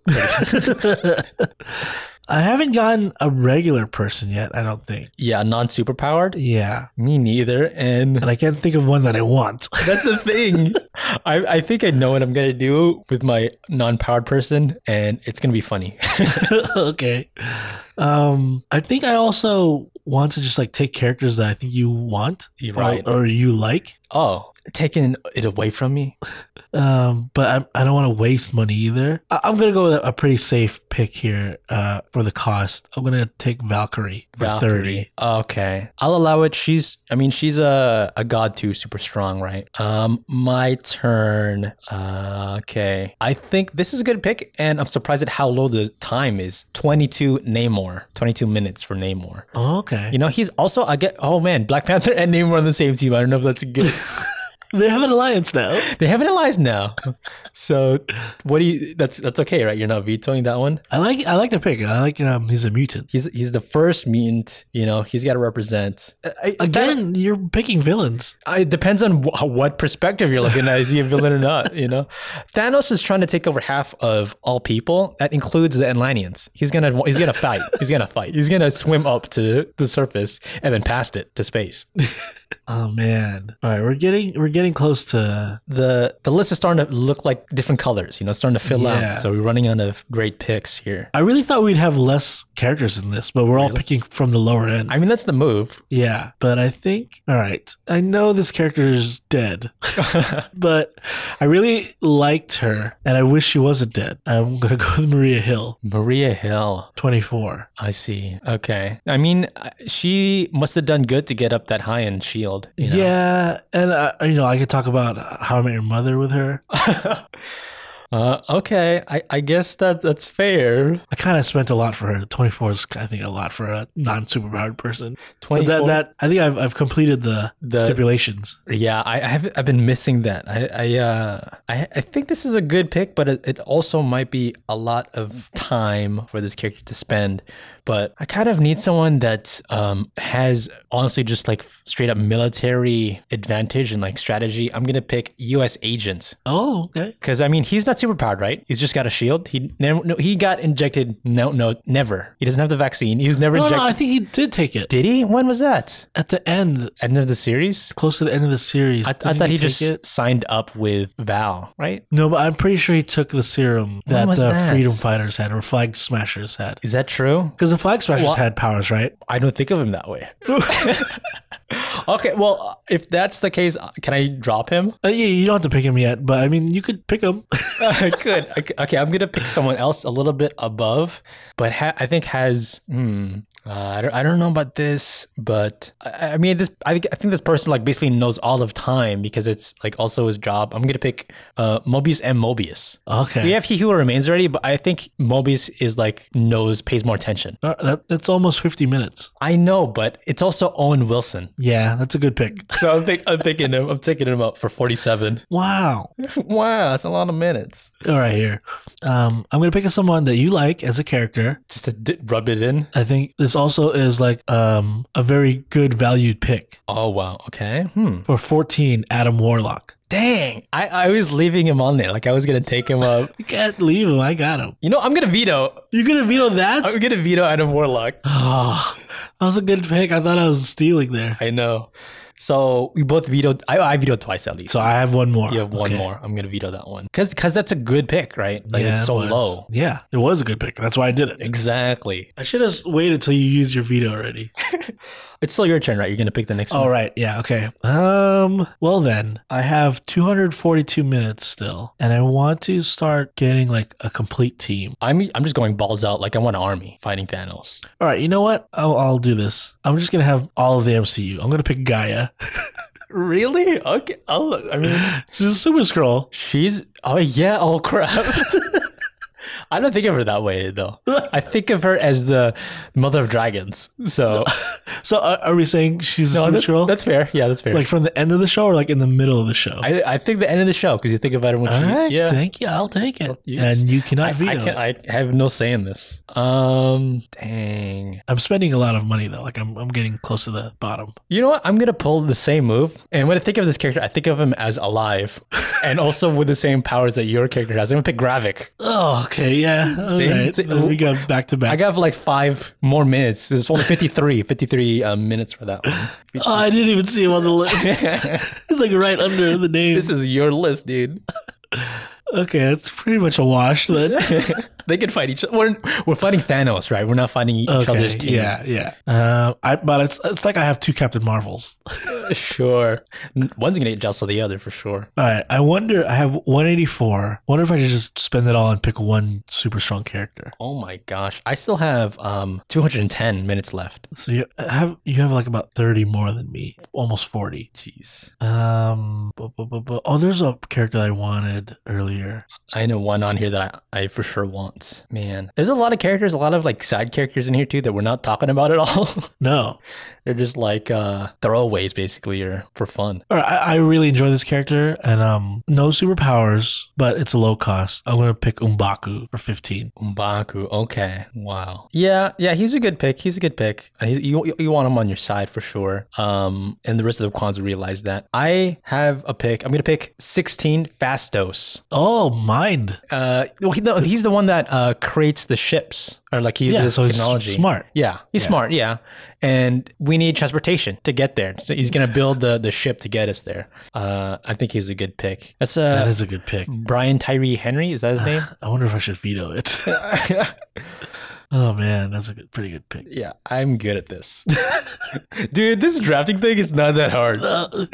I haven't gotten a regular person yet, I don't think.
Yeah, non superpowered.
Yeah.
Me neither. And
And I can't think of one that I want.
That's the thing. I, I think I know what I'm gonna do with my non-powered person, and it's gonna be funny.
okay. Um I think I also want to just like take characters that I think you want
You're
or-
right.
or, you like.
Oh, taking it away from me.
Um but I, I don't want to waste money either. I, I'm going to go with a pretty safe pick here uh for the cost. I'm going to take Valkyrie for
Valkyrie.
30.
Okay, I'll allow it. She's, I mean, she's a a god too, super strong, right? Um, my turn. Uh, okay, I think this is a good pick, and I'm surprised at how low the time is. 22 Namor, 22 minutes for Namor.
Okay.
You know, he's also I get. Oh man, Black Panther and Namor on the same team. I don't know if that's good.
They have an alliance now.
They have an alliance now. So what do you that's that's okay, right? You're not vetoing that one.
I like I like the pick. I like um he's a mutant.
He's he's the first mutant, you know, he's got to represent. I, I- that-
Again, you're picking villains.
I- it depends on wh- what perspective you're looking at. Is he a villain or not? You know, Thanos is trying to take over half of all people. That includes the Atlanteans. He's gonna he's gonna fight. He's gonna fight. He's gonna swim up to the surface and then past it to space.
Oh man. All right, we're getting we're getting close to
The the list is starting to look like different colors. You know, it's starting to fill
Yeah.
out. So we're running out of great picks here.
I really thought we'd have less characters in this, but we're all
Really?
picking from the lower end.
I mean, that's the move.
yeah, but I think all right. I know this character is dead, but I really liked her, and I wish she wasn't dead. I'm gonna go with Maria Hill,
Maria Hill.
24.
I see. Okay. I mean, I- she must have done good to get up that high in Shield. you know?
Yeah, and I, you know I could talk about how I met your mother with her.
uh, okay. I, I guess that that's fair.
I kind of spent a lot for her. 24 is I think a lot for a non-superpowered person.
Twenty.
But that that I think I've I've completed the,
The-
stipulations.
Yeah, I, I have I've been missing that. I I, uh, I I think this is a good pick, but it, it also might be a lot of time for this character to spend. But I kind of need someone that um, has honestly just like straight up military advantage and like strategy. I'm gonna pick U.S. agent.
Oh, okay.
Because I mean, he's not super powered, right? He's just got a shield. He never, no, he got injected. No, no, never. He doesn't have the vaccine. He was never
No, no,
injected.
I think he did take it
Did he? When was that?
at the end,
End of the series?
close to the end of the series.
I, I
didn't
thought he
take
just
it?
signed up with Val, right?
No, but I'm pretty sure he took the serum that the
was that?
freedom fighters had or flag smashers had.
Is that true?
Because the flag smashers
Wha-
had powers, right?
I don't think of him that way. okay, well, if that's the case, uh, can I drop him?
Uh, yeah, you don't have to pick him yet, but I mean, you could pick him.
Good. Okay- Okay, I'm gonna pick someone else a little bit above, but ha- I think has. Hmm, uh, I don't. I don't know about this, but I, I mean, this. I think. I think this person like basically knows all of time because it's like also his job. I'm gonna pick uh, Mobius and Mobius.
okay.
We have He Who Remains already, but I think Mobius is like knows pays more attention.
Uh, that, that's almost 50 minutes.
I know, but it's also Owen Wilson.
Yeah, that's a good pick.
So I'm, think, I'm thinking him. I'm taking him up for 47.
Wow.
wow, that's a lot of minutes.
All right, here. Um, I'm going to pick someone that you like as a character.
Just to d- rub it in.
I think this also is like um, a very good valued pick.
Oh wow. Okay. Hmm.
For 14, Adam Warlock.
Dang. I, I was leaving him on there. Like I was gonna take him up.
You can't leave him. I got him.
You know, I'm gonna veto.
You're going to veto that?
I'm gonna veto Adam Warlock.
Ah, that was a good pick. I thought I was stealing there.
I know. So we both vetoed. I, I vetoed twice at least.
So I have one more.
you have one
Okay.
more. I'm gonna veto that one. Cause cause that's a good pick, right? Like
it
it's so
was.
low.
Yeah, it was a good pick. That's why I did it.
Exactly.
I should have waited till you used your veto already.
It's still your turn, right? You're gonna pick the next
All
one.
right. Yeah. Okay. Um. Well then, I have 242 minutes still, and I want to start getting like a complete team.
I'm I'm just going balls out. Like I want an army fighting Thanos.
All right. You know what? I'll, I'll do this. I'm just gonna have all of the MCU. I'm gonna pick Gaia.
really? Okay. Oh, I mean,
She's a super scroll.
she's. Oh yeah. Oh crap. I don't think of her that way though. I think of her as the mother of dragons. So
So uh, are, are we saying she's a
No,
super
that-
scroll?
that's fair. Yeah, that's fair.
like from the end of the show or like in the middle of the show?
I, I think the end of the show because you think about it when
All
she.
right,
yeah.
thank you. I'll take it.
you-
and you cannot
I,
veto.
I,
it.
can, I have no say in this. Um, dang.
I'm spending a lot of money though. Like I'm, I'm getting close to the bottom.
You know what? I'm gonna pull the same move, and when I think of this character, I think of him as alive, and also with the same powers that your character has. I'm gonna pick Gravik.
Oh, okay, yeah. All
Same-
right.
same-
we got back to back.
I got like five more minutes. There's only 53, 53 uh, minutes for that one.
oh, I didn't even see him on the list. it's like right under the name.
this is your list, dude.
okay, that's pretty much a wash then.
they can fight each other. We're, we're fighting Thanos, right? We're not fighting each
Okay,
other's teams.
yeah, yeah. Uh, I, but it's it's like I have two Captain Marvels.
Sure. N- One's gonna get jealous of the other for sure.
All right, I wonder. I have 184. Wonder if I should just spend it all and pick one super strong character.
Oh my gosh. I still have um 210 minutes left.
So you uh, have you have like about 30 more than me, almost 40.
Jeez.
Um, bu- bu- bu- bu- oh, there's a character I wanted earlier.
I know one on here that I, I for sure want. Man. There's a lot of characters, a lot of like side characters in here too that we're not talking about at all.
No,
They're just like uh throwaways basically or for fun.
All right, I, I really enjoy this character, and um, no superpowers, but it's a low cost. I'm gonna pick Umbaku for 15.
Mbaku. Okay. Wow. Yeah. Yeah. He's a good pick. He's a good pick. Uh, he- You, you, you want him on your side for sure. Um, and the rest of the Quans realize that. I have a pick. I'm gonna pick 16 Fastos.
Oh, mind.
Uh, well, he, no, he's the one that uh creates the ships or like he
Yeah,
does
so he's
technology.
smart.
Yeah, he's smart. Yeah, and we need transportation to get there. So he's gonna build the the ship to get us there. Uh, I think he's a good pick. That's uh,
That is a good pick.
Brian Tyree Henry. Is that his name?
I wonder if I should veto it. oh man, that's a good, pretty good pick.
Yeah, I'm good at this. Dude, this drafting thing is not that hard.
Uh,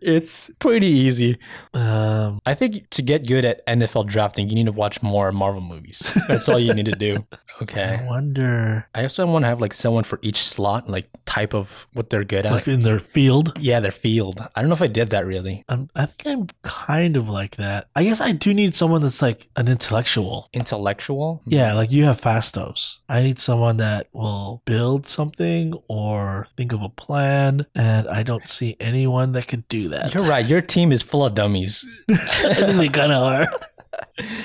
It's pretty easy.
um,
I think to get good at NFL drafting, you need to watch more Marvel movies. That's all you need to do.
I
Okay.
wonder,
I also want to have like someone for each slot, like type of what they're good at.
like in their field.
yeah, their field. I don't know if I did that really.
I'm, I think I'm kind of like that. I guess I do need someone that's like an intellectual.
Intellectual?
Yeah, like you have Fastos. I need someone that will build something or think of a plan, and I don't see anyone that could do that.
You're right. Your team is full of dummies.
I think they kind of are.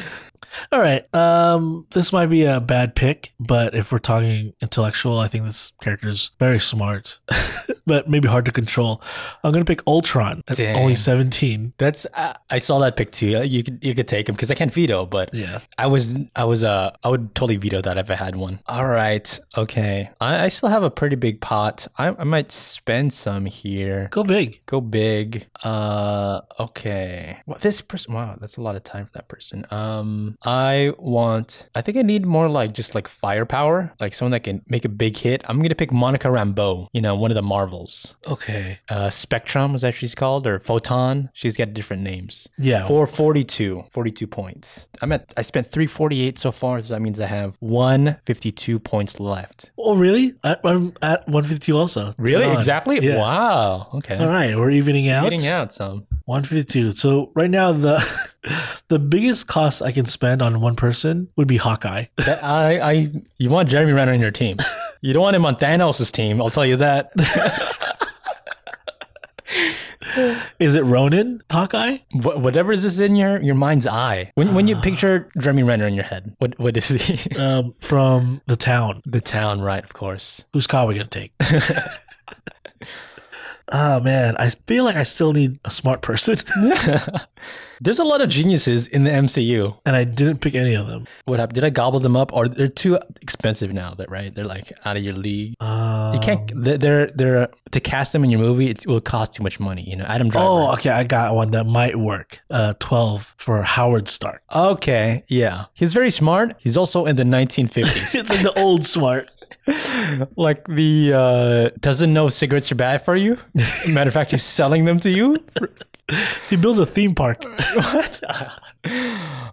All right. Um, this might be a bad pick, but if we're talking intellectual, I think this character is very smart, but maybe hard to control. I'm gonna pick Ultron at
Dang.
only 17.
That's I, I saw that pick too. You could you could take him because I can't veto, but
Yeah.
I was, I was, uh, I would totally veto that if I had one. All right, okay. I, I still have a pretty big pot. I, I might spend some here.
Go big.
Go big. Uh, okay. Well, this person. Wow, that's a lot of time for that person. Um, I want. I think I need more like just like firepower, like someone that can make a big hit. I'm gonna pick Monica Rambeau. You know, one of the Marvels.
Okay.
Uh, Spectrum is that she's called or Photon. She's got different names.
Yeah.
442 42 points i'm at i spent 348 so far so that means i have 152 points left
Oh, really? I, I'm at 152 also. Come on.
exactly
Yeah.
wow okay
All right, we're evening out.
getting out some
152. So right now the the biggest cost I can spend on one person would be Hawkeye.
That- i i you want jeremy renner on your team you don't want him on thanos' team i'll tell you that
Is it Ronan Hawkeye?
Wh- whatever is this in your your mind's eye when, when you picture jeremy renner in your head what what is he
Um, from the town.
the town right of course
Whose car we gonna take? oh man, I feel like I still need a smart person,
there's a lot of geniuses in the mcu
and I didn't pick any of them.
what happened did i gobble them up or they're too expensive now that right they're like out of your league
Um,
You can't. They're, they're they're to cast them in your movie. It will cost too much money. You know, Adam
Oh,
Driver.
okay. I got one that might work. Uh, twelve for Howard Stark.
Oh, okay. Yeah, he's very smart. He's also in the 1950s,
It's in the old smart.
like the uh, doesn't know cigarettes are bad for you. Matter of fact, he's selling them to you.
He builds a theme park.
what?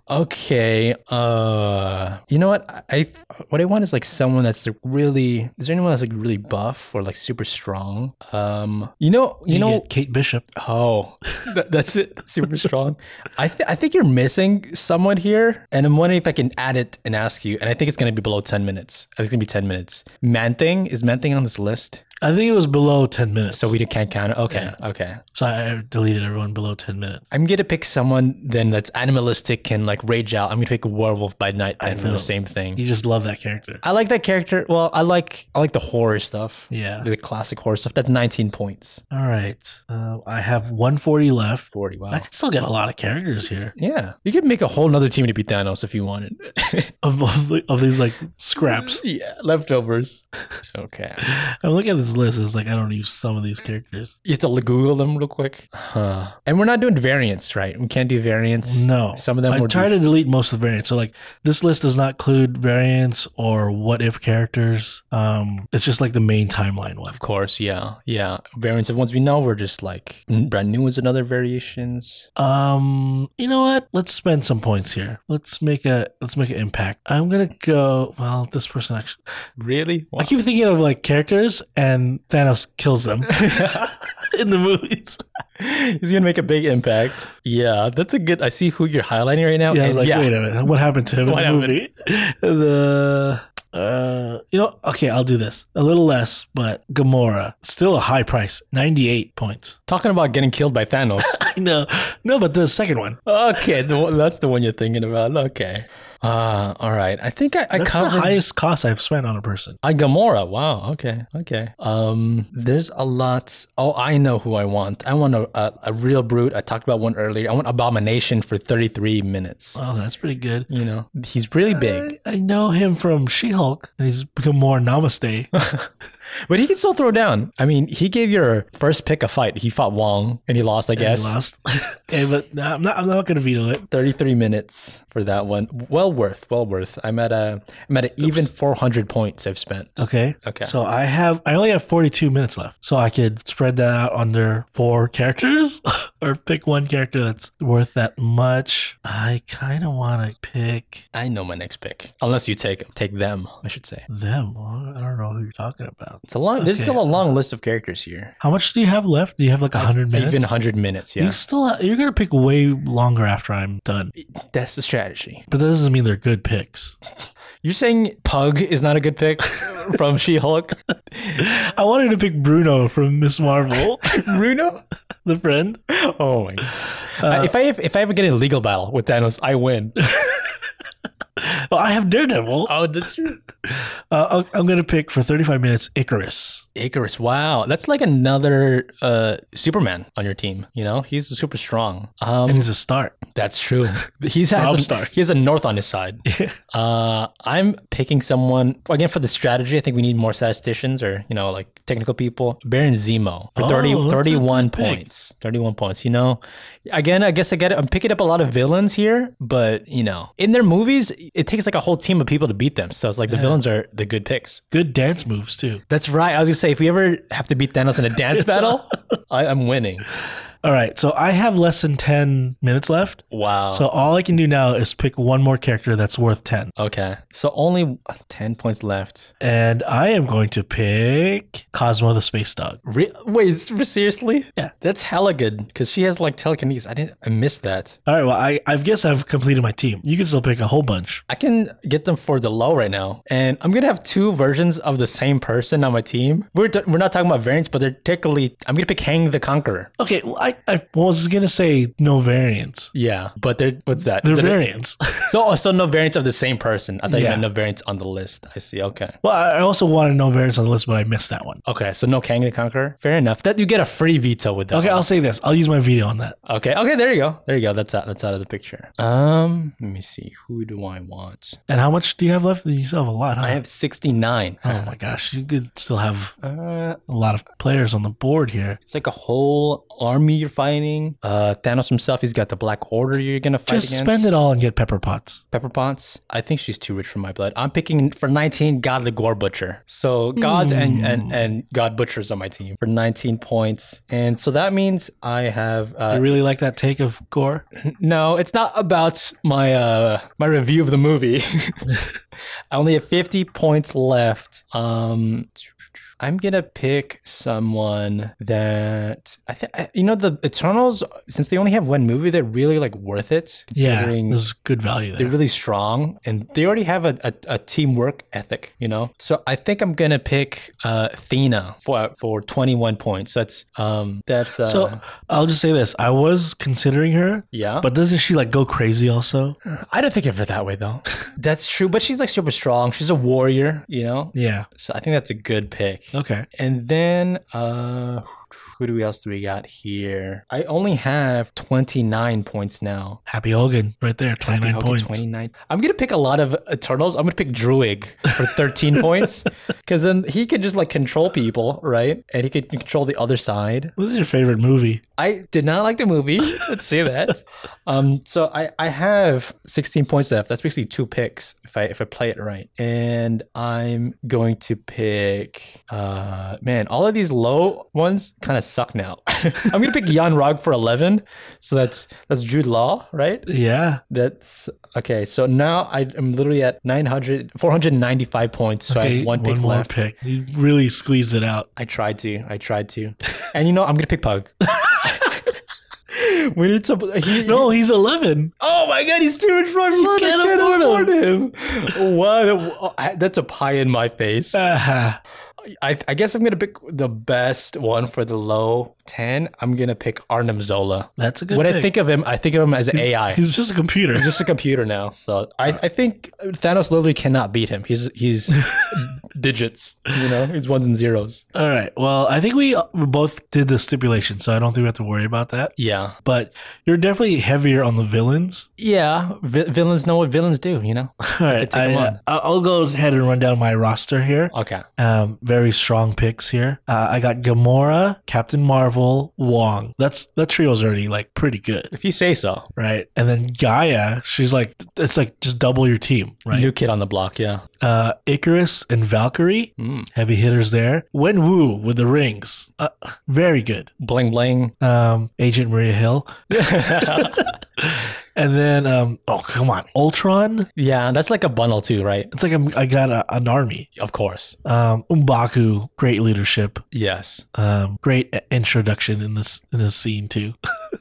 Okay. Uh, you know what? I what I want is like someone that's like really. Is there anyone that's like really buff or like super strong? Um, you know, you,
You,
know.
get Kate Bishop.
Oh, that, that's it. Super strong. I th- I think you're missing someone here, and I'm wondering if I can add it and ask you. And I think it's gonna be below ten minutes. I think it's gonna be ten minutes. Man thing is man thing on this list,
I think it was below ten minutes.
so we can't count it. Okay, okay.
so I I deleted everyone below ten minutes.
I'm gonna pick someone then that's animalistic can like rage out. I'm gonna pick a werewolf by night then for
know.
the same thing.
You just love that character.
I like that character. Well, I like I like the horror stuff.
Yeah.
The classic horror stuff. That's 19 points.
All right. Um, I have one forty left.
40. Wow.
I can still get a lot of characters here
yeah. You could make a whole nother team to beat Thanos if you wanted.
of of, the- of these like scraps.
yeah. Leftovers. Okay.
I'm looking at this list. It's like I don't use some of these characters.
You have to Google them real quick. Huh. And we're not doing variants, right? We can't do variants.
No,
Some of them
I
were
try to delete most of the variants. So like this list does not include variants or what if characters. Um, it's just like the main timeline one.
Of course, yeah. Yeah. Variants of ones we know were just like brand new ones and other variations.
Um, you know what? Let's spend some points here. Let's make a let's make an impact. I'm gonna go. Well, this person actually.
Really?
I keep thinking of like characters, and Thanos kills them in the movies.
He's gonna make a big impact. Yeah, that's a good. I see who you're highlighting right now.
Yeah, I was
Oh, and
like, wait a minute, what happened to him
What
in the
happened?
movie? The uh, you know, okay, I'll do this a little less, but Gamora still a high price, ninety eight points.
talking about getting killed by Thanos.
I know, no, but the second one,
okay, the one, that's the one you're thinking about. Okay. Uh, all right. I think I, I
that's
covered.
the highest cost I've spent on a person.
I Gamora. Wow. Okay. Okay. Um, there's a lot. Oh, I know who I want. I want a, a, a real brute. I talked about one earlier. I want Abomination for 33 minutes.
Oh, that's pretty good.
You know, he's really big,
I, I know him from She Hulk, and he's become more Namaste.
but he can still throw down. I mean, he gave your first pick a fight. He fought Wong and he lost, I guess.
He lost. okay, but no, I'm not. I'm not going to veto it.
33 minutes for that one. Well worth, well worth. I'm at a I'm at an even 400 points I've spent.
Okay.
Okay.
So I have I only have 42 minutes left. So I could spread that out under four characters or pick one character that's worth that much. I kind of want to pick
I know my next pick. Unless you take take them, I should say.
them. I don't know who you're talking about.
It's a long there's
Okay.
still a long list of characters here.
How much do you have left? Do you have like 100 minutes?
Even 100 minutes,
You
yeah.
still ha- you're going to pick way longer after I'm done.
That's the strategy.
But that doesn't mean they're good picks.
You're saying Pug is not a good pick from She-Hulk?
I wanted to pick Bruno from Miss Marvel,
Bruno?
the friend.
Oh my. Uh, if I if I ever get in a legal battle with Thanos, I win.
Well, I have Daredevil.
oh, that's true.
Uh, I'm going to pick for 35 minutes Icarus.
Icarus, wow, that's like another uh, Superman on your team. You know, he's super strong.
and
Um,
it's a start.
that's true. He's has
Rob
a,
Stark.
He has a North on his side. uh, I'm picking someone again for the strategy. I think we need more statisticians or you know like technical people. Baron Zemo for
Oh,
30,
that's a
31
good pick.
points. Thirty-one points. You know, again, I guess I get. It. I'm picking up a lot of villains here, but you know, in their movies, it takes like a whole team of people to beat them. So it's like the villains are the good picks.
Good dance moves too.
That's right. I was gonna say if we ever have to beat Thanos in a dance battle, I, I'm winning.
All right, so I have less than ten minutes left.
Wow.
So all I can do now is pick one more character that's worth ten,
okay. So only ten points left.
and I am going to pick Cosmo the space dog.
Re- Wait, s- seriously?
Yeah.
That's hella good because she has like telekinesis. I didn't. I missed that.
All right, well I I guess I've completed my team. You can still pick a whole bunch.
I can get them for the low right now, and I'm gonna have two versions of the same person on my team. We're t- we're not talking about variants, but they're technically. I'm gonna pick Hang the Conqueror.
Okay, well, I I was gonna say no variants.
Yeah, but they're what's that?
They're
Is it a-
variants.
so oh, so no variants of the same person. I thought you
Yeah.
meant no variants on the list. I see. Okay.
well, I I also wanted no variants on the list, but I missed that one.
Okay, so no Kang the Conqueror. Fair enough. That you get a free veto with that.
Okay, I'll say this. I'll use my video on that.
okay, okay. There you go. There you go. That's out. That's out of the picture. Um, let me see. Who do I want?
And how much do you have left? You still have a lot. Huh?
I have sixty nine.
Oh my gosh, you could still have
Uh,
a lot of players on the board here.
it's like a whole army you're fighting. Uh, Thanos himself, he's got the Black Order you're gonna fight
Just
against.
spend it all and get Pepper Potts.
Pepper Potts. I think she's too rich for my blood. I'm picking for 19 God the Gore Butcher. So gods and,
Hmm.
and and God Butchers on my team for 19 points. And so that means I have
I
uh,
really like that take of Gore.
no. It's not about my uh my review of the movie. I only have 50 points left. Um. I'm gonna pick someone that I think you know the Eternals. Since they only have one movie, they're really like worth it.
Yeah,
considering-
there's good value
they're
there.
really strong and they already have a, a, a teamwork ethic, you know? So I think I'm gonna pick uh Athena for for twenty one points. That's um that's uh
So I'll just say this: I was considering her,
yeah.
but doesn't she like go crazy also?
I don't think of her that way though. that's true, but she's like super strong. She's a warrior, you know?
Yeah.
So I think that's a good pick.
Okay.
And then uh who do we else do we got here? I only have twenty nine points now.
Happy Hogan, right there, twenty nine
Happy Hogan,
points.
29. I'm gonna pick a lot of Eternals. I'm gonna pick Druig for 13 points, because then he can just like control people, right? And he can control the other side.
What is your favorite movie?
I did not like the movie. Let's say that. Um, so I I have 16 points left. That's basically two picks if I if I play it right. And I'm going to pick. Uh, man, all of these low ones kind of suck now. I'm gonna pick Jan Rog for 11. So that's that's Jude Law, right?
Yeah.
That's okay. So now I am literally at 900, 495 points. So I
Okay,
have one, pick
more
left.
pick. You really squeezed it out.
I tried to. I tried to. and you know, I'm going to pick Pug. we need some. He,
No, he's eleven.
Oh my God, he's too much for my blood.
can't
I can't afford
afford
him. What? I- That's a pie in my face.
Ah,
I, I guess I'm going to pick the best one for the low 10. I'm going to pick Arnim Zola.
that's a good.
when
pick.
I think of him, I think of him as AI.
he's just a computer.
He's just a computer now. So I, I think Thanos literally cannot beat him. He's he's digits, you know, he's ones and zeros.
All right. Well, I think we uh, we both did the stipulation, so I don't think we have to worry about that.
Yeah,
But you're definitely heavier on the villains.
yeah. Vi- villains know what villains do, you know.
All right.
take 'em
I,
on.
uh, I'll go ahead and run down my roster here.
Okay.
Um, very strong picks here. Uh, I got Gamora, Captain Marvel, Wong. That's that trio's already like pretty good,
If you say so,
right? And then Gaia, she's like it's like just double your team, right?
new kid on the block. Yeah.
Uh, Icarus and Valkyrie,
Mm.
heavy hitters there. Wen Wu with the rings, uh, very good.
Bling bling.
Um, Agent Maria Hill, and then um, oh come on, Ultron.
yeah, that's like a bundle too, right?
It's like I'm, I got a, an army.
Of course.
Um, Umbaku, great leadership.
Yes,
um, great i- introduction in this in this scene too.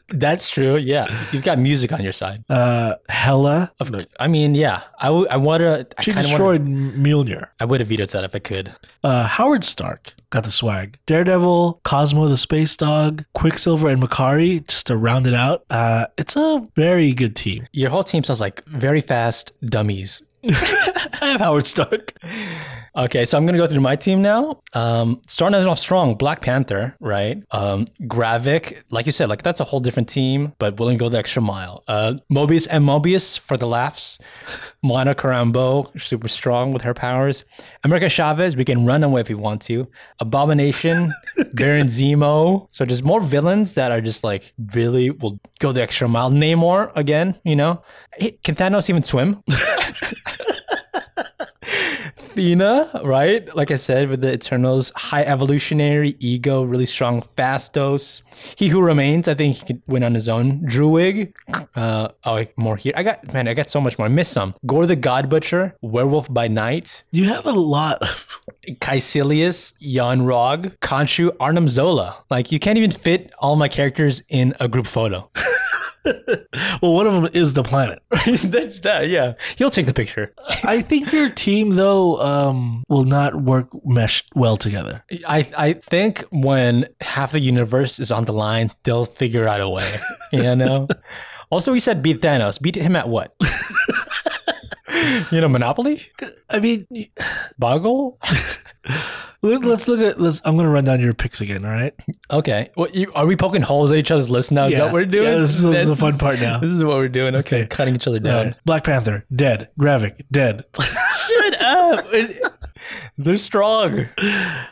that's true. Yeah, you've got music on your side.
Uh, Hella,
Of, I mean, yeah. I w- I want to. I
she
kinda wanna-
destroyed Mjolnir.
I would have vetoed that if I could.
Uh, Howard Stark got the swag. Daredevil, Cosmo the Space Dog, Quicksilver, and Makari just to round it out. Uh, it's a very good team.
Your whole team sounds like very fast dummies.
I have Howard Stark.
Okay, so I'm gonna go through my team now. Um, starting it off strong, Black Panther, right? Um, Gravik, like you said, like that's a whole different team, but willing to go the extra mile. Uh, Mobius and Mobius for the laughs. Moana Carambo, super strong with her powers. America Chavez, we can run away if we want to. Abomination, Baron Zemo. So just more villains that are just like really will go the extra mile. Namor again, you know. Hey, Can Thanos even swim? Athena, right? Like I said, with the Eternals, high evolutionary, ego, really strong, Fastos. He who remains, I think he could win on his own. Druig, uh, oh, more here. I got, man, I got so much more. I missed some. Gore the God Butcher, Werewolf by Night,
You have a lot. Of,
Caecilius, Jan Rog, Khonshu, Arnim Zola. Like, you can't even fit all my characters in a group photo.
well, one of them is the planet.
That's that, yeah. He'll take the picture.
I think your team though um, will not work mesh well together.
I I think when half the universe is on the line, they'll figure out a way. You know. also, we said beat Thanos. Beat him at what? you know, Monopoly,
I mean,
Boggle.
let- let's look at. Let's. I'm gonna run down your picks again. All right.
Okay, what you, are we poking holes at each other's list now? Is that what we're doing?
Yeah, this, is, this is the fun part now.
This is what we're doing. Okay,
Okay.
cutting each other down.
Black Panther, dead. Gravik, dead.
Shut up! It- They're strong.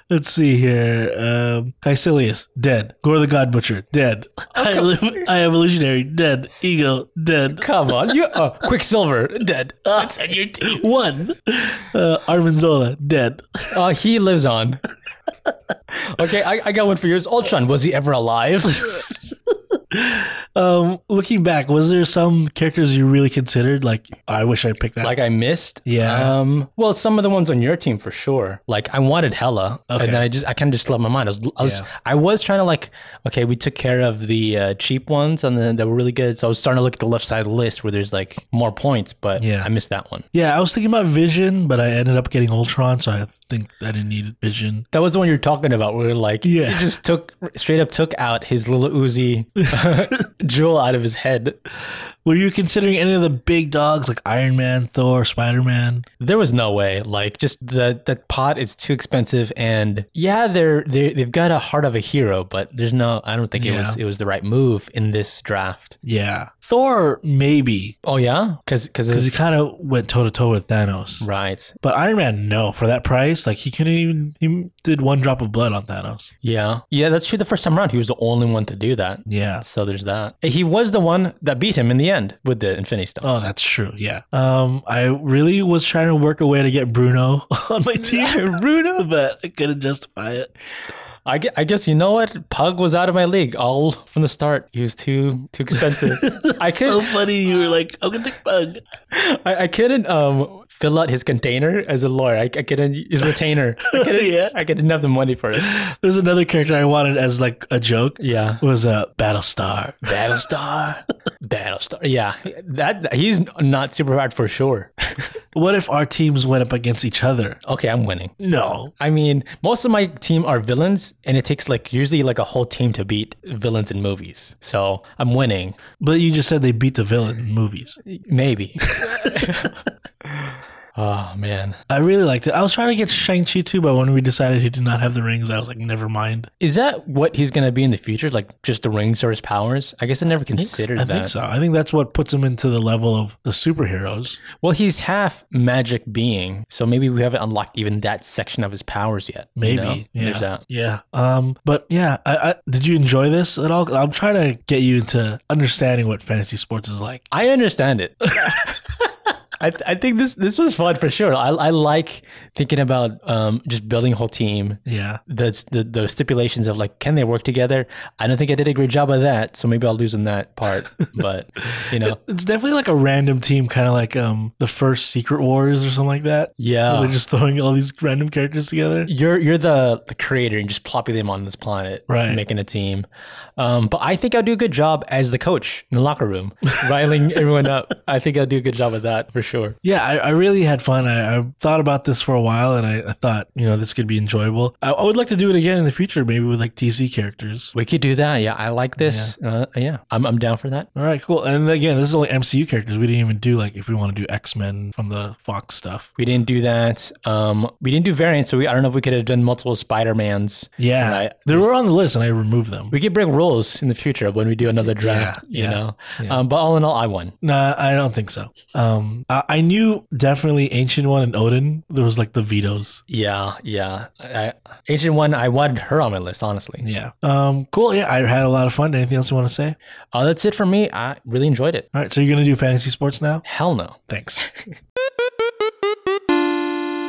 Let's see here. Um, Caecilius, dead. Gore the God Butcher, dead.
Oh,
I, ev- I Evolutionary, dead. Ego, dead.
Come on, you uh, Quicksilver dead. That's on your team.
One. Uh, Armanzola, dead.
Uh, he lives on. Okay, I, I got one for yours. Ultron, was he ever alive?
Um, looking back, was there some characters you really considered? Like, "Oh, I wish I picked that.
like I missed.
Yeah.
Um. Well, some of the ones on your team for sure. Like I wanted Hella,
Okay.
and then I just I kind of just left my mind. I was I was,
Yeah.
I was trying to like okay, we took care of the uh, cheap ones, and then they were really good. So I was starting to look at the left side of the list where there's like more points, but
Yeah.
I missed that one.
yeah, I was thinking about Vision, but I ended up getting Ultron, so I think I didn't need Vision.
That was the one you're talking about. Where like
Yeah.
you just took straight up took out his little Uzi jewel out of his head.
Were you considering any of the big dogs like Iron Man, Thor, Spider Man?
There was no way. Like, just the that pot is too expensive, and yeah, they're they they've got a heart of a hero, but there's no. I don't think it was it was the right move in this draft.
Yeah. Thor, maybe,
Oh yeah, because
because
because
he kind of went toe to toe with Thanos.
right.
But Iron Man, no, for that price, like he couldn't even. He did one drop of blood on Thanos.
Yeah, yeah, that's true. The first time around, he was the only one to do that.
Yeah.
So there's that. He was the one that beat him in the end with the Infinity
Oh,
Stones.
that's true. Yeah. Um, I really was trying to work a way to get Bruno on my team, Bruno, but I couldn't justify it.
I, gue- I guess you know what? Pug was out of my league all from the start. He was too too expensive. I could
So funny, you were like, "I'm gonna take Bug."
I, I couldn't um fill out his container as a lawyer. I, I couldn't his retainer. I couldn't,
Yeah.
I couldn't have the money for it.
There's another character I wanted as like a joke.
Yeah.
Was a uh, Battlestar.
Battlestar. Battlestar. Yeah. That he's not super hard for sure.
What if our teams went up against each other?
Okay, I'm winning.
No.
I mean, most of my team are villains and it takes like usually like a whole team to beat villains in movies. So I'm winning.
But you just said they beat the villain in movies.
Maybe. oh man.
I really liked it. I was trying to get Shang-Chi too, but when we decided he did not have the rings, I was like, never mind.
Is that what he's gonna be in the future? Like just the rings or his powers? I guess I never considered
I
that.
think so. I think that's what puts him into the level of the superheroes.
Well, he's half magic being, so maybe we haven't unlocked even that section of his powers yet. you
Maybe.
know?
Yeah.
There's that.
Yeah. Um, but yeah, I, I, did you enjoy this at all? I'm trying to get you into understanding what fantasy sports is like.
I understand it. I, th- I think this this was fun for sure. I, I like thinking about um, just building a whole team.
Yeah.
The, the the stipulations of like can they work together? I don't think I did a great job of that, so maybe I'll lose in that part. But you know,
It's definitely like a random team, kind of like um the first Secret Wars or something like that. where
yeah,
They're just throwing all these random characters together.
you're you're the, the creator and just plopping them on this planet,
Right.
Making a team, um, but I think I'll do a good job as the coach in the locker room, riling everyone up. I think I'll do a good job at that for sure.
Yeah, I, I really had fun. I, I thought about this for a while, and I, I thought, you know, this could be enjoyable. I, I would like to do it again in the future, maybe with like DC characters.
We could do that. Yeah, I like this. Yeah, uh, yeah I'm I'm down for that.
All right, cool. And again, this is only MCU characters. We didn't even do like if we want to do X Men from the Fox stuff.
We didn't do that. Um, we didn't do variants, so we I don't know if we could have done multiple Spider Mans.
Yeah,
Right.
they were on the list, and I removed them.
We could break rules in the future when we do another draft.
yeah,
you
yeah,
know.
yeah.
Um, but all in all, I won.
Nah, I don't think so. Um, I, I knew definitely Ancient One and Odin. There was like the vetoes.
Yeah, yeah. I, I- Asian one, I wanted her on my list, honestly.
Yeah. Um, cool. Yeah, I had a lot of fun. Anything else you want to say?
Uh, that's it for me. I really enjoyed it.
All right. So you're gonna do fantasy sports now?
Hell no.
Thanks.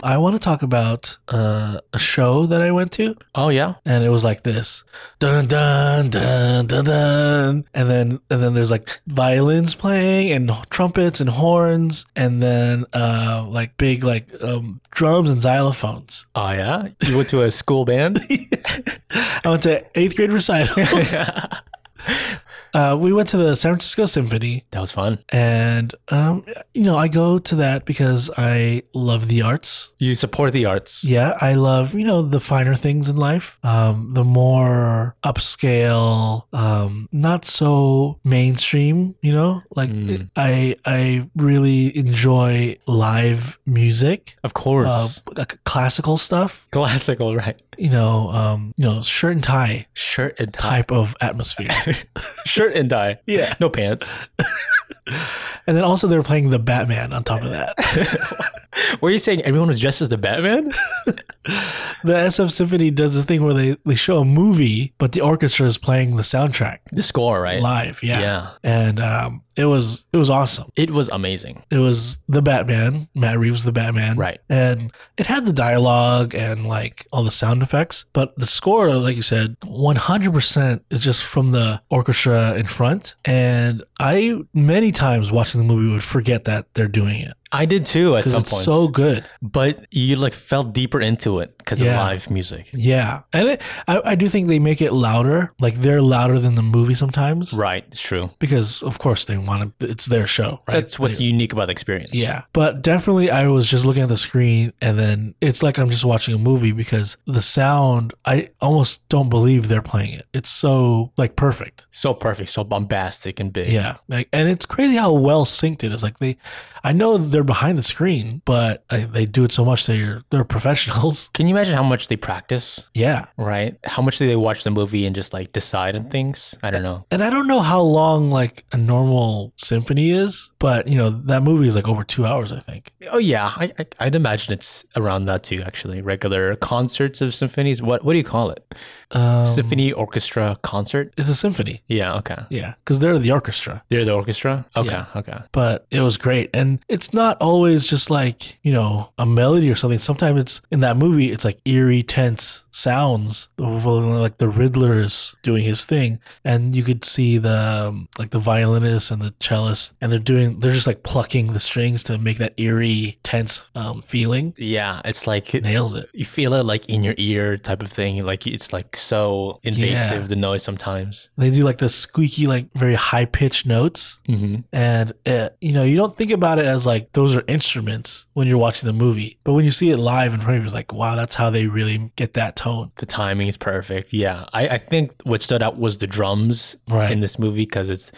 I want to talk about uh, a show that I went to,
Oh yeah.
and it was like this: dun dun dun dun dun, and then and then there's like violins playing and trumpets and horns, and then uh, like big like um, drums and xylophones.
Oh yeah. You went to a school band.
I went to eighth grade recital.
that
uh, we went to the San Francisco Symphony,
was fun.
and um, you know I go to that because I love the arts.
You support the arts.
Yeah, I love you know the finer things in life, um, the more upscale, um, not so mainstream. You know, like
Mm.
I I really enjoy live music,
Of course.
uh, like classical stuff.
Classical, right?
You know, um, you know, shirt and tie
Shirt and tie.
type of atmosphere.
Shirt and tie.
yeah.
No pants.
And then also they're playing the Batman on top of that.
Were you saying everyone was dressed as the Batman?
The SF Symphony does the thing where they, they show a movie, but the orchestra is playing the soundtrack
The score, right?
live. Yeah.
Yeah.
And um, it was it was awesome.
It was amazing.
It was the Batman, Matt Reeves the Batman.
Right.
And it had the dialogue and like all the sound effects, but the score, like you said, 100% is just from the orchestra in front. And I, many times watching the movie, would forget that they're doing it
I did too at
because
some
it's
point.
so good.
but you like fell deeper into it because of
Yeah.
live music.
Yeah. And it, I, I do think they make it louder. Like they're louder than the movie sometimes.
Right. It's true.
Because, of course, they want to, it's their show, right?
That's what's unique about the experience.
Yeah. But definitely I was just looking at the screen and then it's like I'm just watching a movie because the sound I almost don't believe they're playing it. It's so like perfect.
So perfect, so bombastic and big.
Yeah. Like and it's crazy how well synced it is. Like they I know they're behind the screen, but I, they do it so much they're they're professionals.
Can you imagine how much they practice?
Yeah.
Right? How much do they watch the movie and just like decide on things? I don't know.
And I don't know how long like a normal symphony is, but you know, that movie is like over 2 hours I think.
Oh yeah, I, I I'd imagine it's around that too. Actually, regular concerts of symphonies. What what do you call it?
Um,
Symphony orchestra concert.
it's a symphony.
Yeah. Okay.
Yeah, cuz they're the orchestra.
They're the orchestra. Okay.
Yeah.
Okay.
but it was great. And it's not always just like, you know, a melody or something. Sometimes it's in that movie, it's like eerie, tense sounds, like the Riddler is doing his thing. And you could see the, um, like the violinist and the cellist, and they're doing, they're just like plucking the strings to make that eerie, tense um, feeling.
Yeah. It's like
Nails it.
you feel it like in your ear type of thing. Like it's like so invasive
Yeah.
the noise sometimes.
They do like the squeaky, like very high pitched notes.
Mm-hmm.
And it, you know, you don't think about it as like those are instruments when you're watching the movie, but when you see it live in front of you, it's like, wow, that's how they really get that tone.
The timing is perfect. Yeah. I, I think what stood out was the drums
Right.
in this movie because it's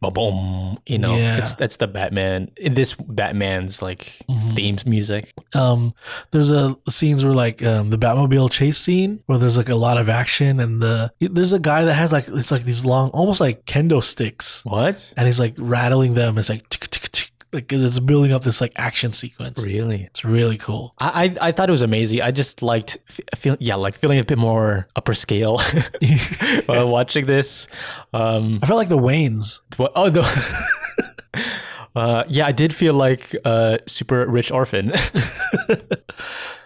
boom, boom, you know,
Yeah.
it's, that's the Batman. In this Batman's like
Mhm.
themes music.
Um, there's a scenes where like um, the Batmobile chase scene where there's like a lot of action and the there's a guy that has like it's like these long, almost like kendo sticks,
What?
and he's like rattling them. It's like tick tick tick, like 'cause it's building up this like action sequence.
Really?
It's really cool.
I, I, I thought it was amazing. I just liked f- feel yeah like feeling a bit more upper scale while watching this. Um,
I felt like the Waynes.
what, oh no. Uh, yeah, I did feel like uh, super rich orphan.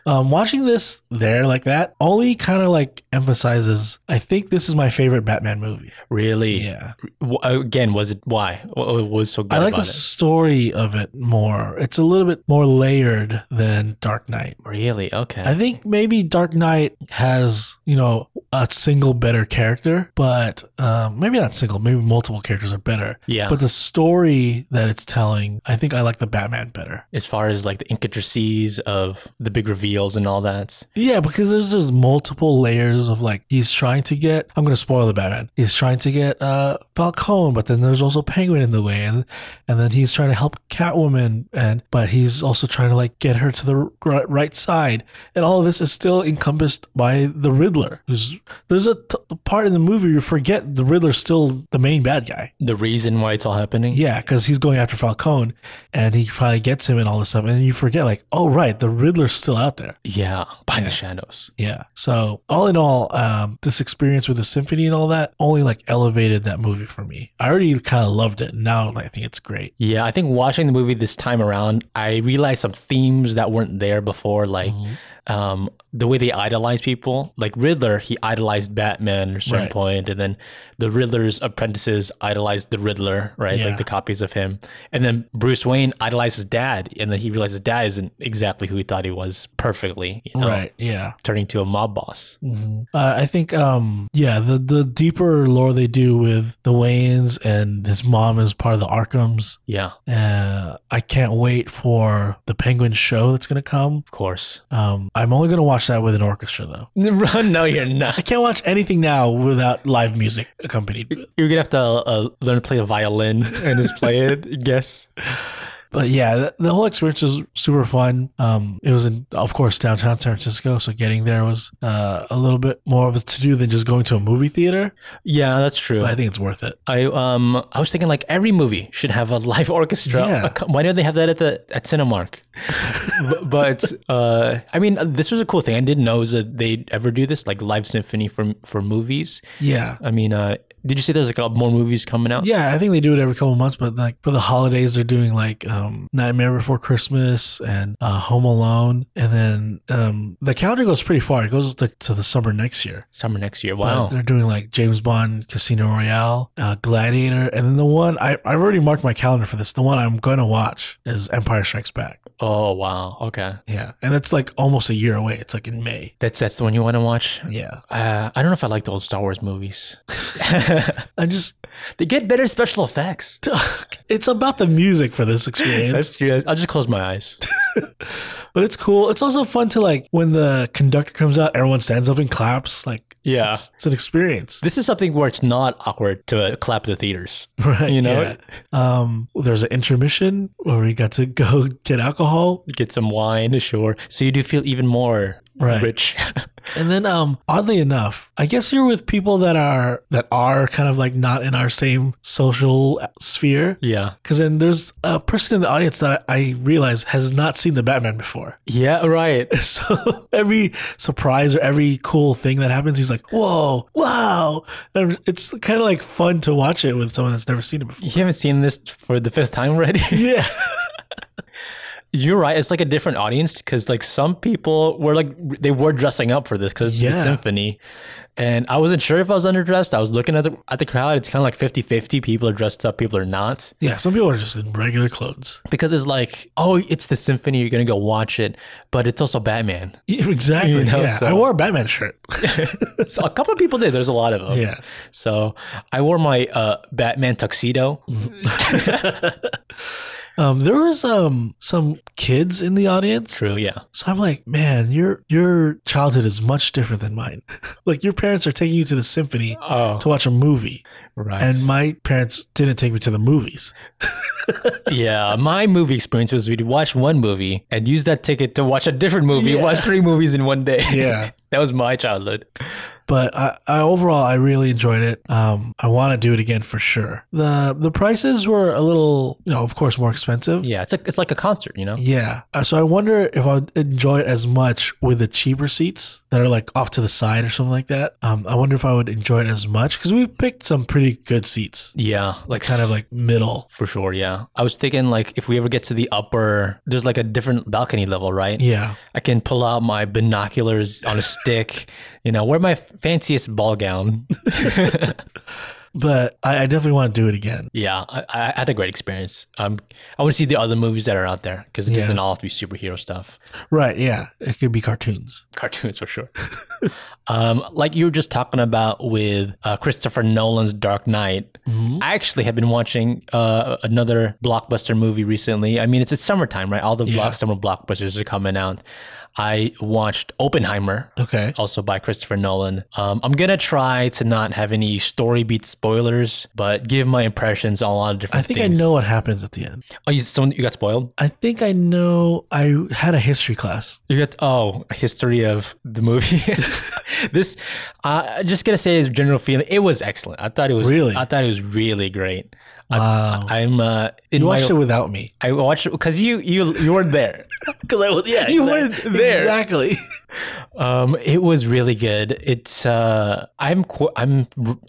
Um, watching this there like that only kind of like emphasizes. I think this is my favorite Batman movie.
really?
Yeah,
W- again, was it why? What was so good
I like the
about it?
story of it more. It's a little bit more layered than Dark Knight.
Really? Okay.
I think maybe Dark Knight has you know a single better character, but um, maybe not single. Maybe multiple characters are better.
yeah.
But the story that it's telling, I think I like the Batman better.
as far as like the intricacies of the big reveals and all that.
Yeah, because there's there's multiple layers of like he's trying to get. I'm gonna spoil the Batman. He's trying to get uh Falcone, but then there's also Penguin in the way, and and then he's trying to help Catwoman, and but he's also trying to like get her to the r- right side, and all of this is still encompassed by the Riddler. Who's there's a t- part in the movie you forget the Riddler's still the main bad guy.
The reason why it's all happening.
Yeah, because he's going after Falcone, and he finally gets him and all this stuff, and you forget like, oh right, the Riddler's still out there.
Yeah. By the shadows.
Yeah. So all in all, um, this experience with the symphony and all that only like elevated that movie for me. I already kind of loved it. Now I think it's great.
Yeah, I think watching the movie this time around, I realized some themes that weren't there before, like
Mm-hmm.
um, the way they idolize people. Like Riddler, he idolized Batman at a certain
Right.
point, and then the Riddler's apprentices idolized the Riddler, right?
Yeah.
Like the copies of him. And then Bruce Wayne idolized his dad, and then he realized his dad isn't exactly who he thought he was perfectly, you know,
Right. Yeah.
turning to a mob boss.
Uh, I think. Um. Yeah. The the deeper lore they do with the Wayans and his mom is part of the Arkhams.
Yeah,
Uh, I can't wait for the Penguin show that's gonna come.
of course.
Um, I'm only gonna watch that with an orchestra though.
no, you're
I
not.
can't watch anything now without live music accompanied. with it.
You're gonna have to uh, learn to play the violin and just play it. Guess
but yeah, the, the whole experience was super fun. Um, it was in, of course, downtown San Francisco, so getting there was uh, a little bit more of a to do than just going to a movie theater.
Yeah, that's true.
But I think it's worth it.
I um I was thinking like every movie should have a live orchestra.
Yeah.
Ac- Why don't they have that at the at Cinemark? B- but uh, I mean, this was a cool thing. I didn't know that they ever do this like live symphony for for movies.
Yeah.
I mean, uh, did you say there's like a- more movies coming out?
Yeah, I think they do it every couple of months, but like for the holidays, they're doing like um, Nightmare Before Christmas and uh, Home Alone, and then um, the calendar goes pretty far. It goes to, to the summer next year.
Summer next year.
But
Wow.
they're doing like James Bond, Casino Royale, uh, Gladiator, and then the one I, I've already marked my calendar for this. The one I'm going to watch is Empire Strikes Back.
Oh wow. Okay.
Yeah, and it's like almost a year away. It's like in May.
That's that's the one you want to watch.
Yeah,
Uh, I don't know if I like the old Star Wars movies.
I just
they get better special effects.
it's about the music for this experience,
That's true. I'll just close my eyes.
but it's cool. It's also fun to like when the conductor comes out, everyone stands up and claps. Like
Yeah.
it's, it's an experience,
This is something where it's not awkward to uh, clap the theaters.
right?
You know?
yeah. um, there's an intermission where we got to go get alcohol,
Get some wine, sure. So you do feel even more
Right.
rich.
and then um, oddly enough, I guess you're with people that are that are kind of like not in our same social uh, sphere.
yeah.
Because then there's a person in the audience that I, I realize has not seen the Batman before.
Yeah, right.
So every surprise or every cool thing that happens, he's like, "Whoa, wow!" And it's kind of like fun to watch it with someone that's never seen it before.
You haven't seen this for the fifth time already?
Yeah,
You're right. It's like a different audience because, like, some people were like, they were dressing up for this because it's
Yeah.
the symphony. And I wasn't sure if I was underdressed. I was looking at the, at the crowd. It's kind of like 50 50. People are dressed up, people are not.
yeah. Some people are just in regular clothes.
Because it's like, oh, it's the symphony. You're going to go watch it. But it's also Batman.
Yeah, Exactly.
You know,
yeah.
so-
I wore a Batman shirt.
so a couple of people did. There's a lot of them.
Yeah.
So I wore my uh, Batman tuxedo.
Um, there was um some kids in the audience,
True. Yeah.
so I'm like, "Man, your your childhood is much different than mine. like your parents are taking you to the symphony."
Oh,
To watch a movie,
right.
and my parents didn't take me to the movies.
yeah, my movie experience was we'd watch one movie and use that ticket to watch a different movie,
Yeah.
watch three movies in one day.
Yeah.
that was my childhood.
but I, I overall I really enjoyed it. Um, I want to do it again for sure. the The prices were a little, you know, of course, more expensive. Yeah.
Yeah, it's like it's like a concert, you know.
Uh, So I wonder if I'd enjoy it as much with the cheaper seats that are like off to the side or something like that. Um, I wonder if I would enjoy it as much because we picked some pretty good seats,
Yeah, like
kind of like middle.
for sure. Yeah, I was thinking like if we ever get to the upper, there's like a different balcony level, right?
Yeah.
I can pull out my binoculars on a stick, you know, wear my f- fanciest ball gown.
But I, I definitely want to do it again.
Yeah, I, I had a great experience. Um, I want to see the other movies that are out there because it
Yeah.
doesn't all have to be superhero stuff,
Right. Yeah. It could be cartoons.
cartoons for sure. um, like you were just talking about with uh, Christopher Nolan's Dark Knight.
Mm-hmm.
I actually have been watching uh, another blockbuster movie recently. I mean, it's it's summertime, right? All the
Yeah.
block, summer blockbusters are coming out. I watched Oppenheimer.
Okay.
Also by Christopher Nolan. Um, I'm gonna try to not have any story beat spoilers, but give my impressions on a lot of
I
different.
think I
things.
know what happens at the end.
Oh, you, someone you got spoiled?
I think I know. I had a history class.
You got oh, a history of the movie. this, uh, I'm just gonna say, is general feeling. It was excellent. I thought it was
Really?
I thought it was really great.
Wow.
I, am uh,
Um,
in
You
my.
watched it without me.
I watched it because you you you weren't there.
Because I was, yeah,
You
exact-
weren't there.
exactly.
Um, it was really good. It's uh, I'm qu- I'm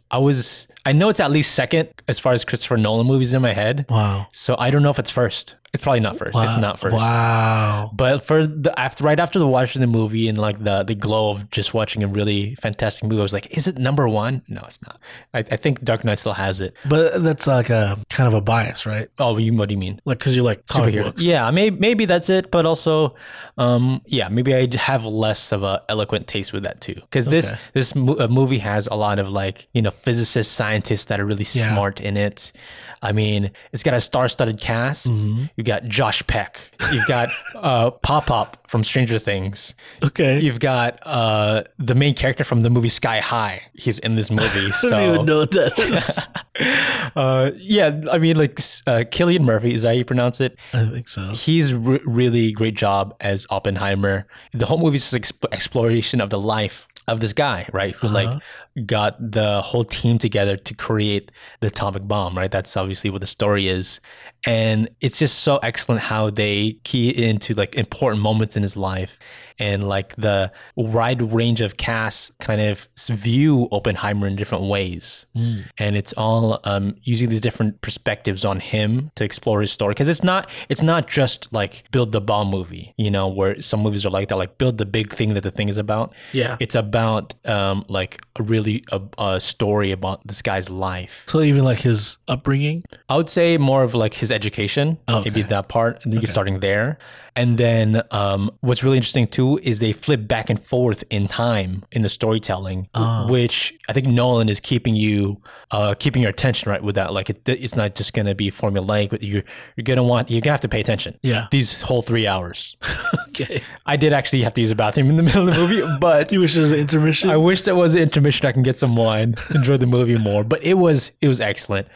I was I know it's at least second as far as Christopher Nolan movies in my head.
Wow, Uh,
So I don't know if it's first. It's probably not first. It's not first.
Wow,
But for the after right after the watching the movie and like the the glow of just watching a really fantastic movie, I was like, is it number one? No, it's not. I, I think Dark Knight still has it.
but that's like a kind of a bias, right?
Oh, you what do you mean?
Like because you like comic Oh, books.
Yeah, maybe maybe that's it. But also, um, yeah, maybe I have less of a eloquent taste with that too. Because this
Okay.
this mo- uh, movie has a lot of like you know physicists, scientists that are really
Yeah.
smart in it. I mean, it's got a star-studded cast.
Mhm.
You've got Josh Peck. You've got uh, Pop Pop from Stranger Things.
Okay.
You've got uh, the main character from the movie Sky High. He's in this movie.
I don't even
So
know what that is.
uh, yeah, I mean, like s- uh, Killian Murphy is that how you pronounce it?
I think so.
He's re- really great job as Oppenheimer. The whole movie is just exp- exploration of the life of this guy, right? Who
Uh-huh.
like got the whole team together to create the atomic bomb, right? That's obviously what the story is, and it's just so excellent how they key into like important moments in his life and like the wide range of casts kind of s- view Oppenheimer in different ways and it's all um, using these different perspectives on him to explore his story because it's not it's not just like build the bomb movie you know where some movies are like that like build the big thing that the thing is about
Yeah.
it's about um, like a really a, a story about this guy's life
So even like his upbringing.
i would say more of like his education
Okay.
maybe that part and you get starting there and then um, what's really interesting too is they flip back and forth in time in the storytelling
Ah.
which I think Nolan is keeping you, uh, keeping your attention right with that. Like it, it's not just gonna be formulaic. But you you're gonna want you're gonna have to pay attention.
Yeah.
These whole three hours.
Okay.
I did actually have to use a bathroom in the middle of the movie, but
You wish there was an intermission.
I wish there was an intermission. I can get some wine, enjoy the movie more. But it was it was excellent.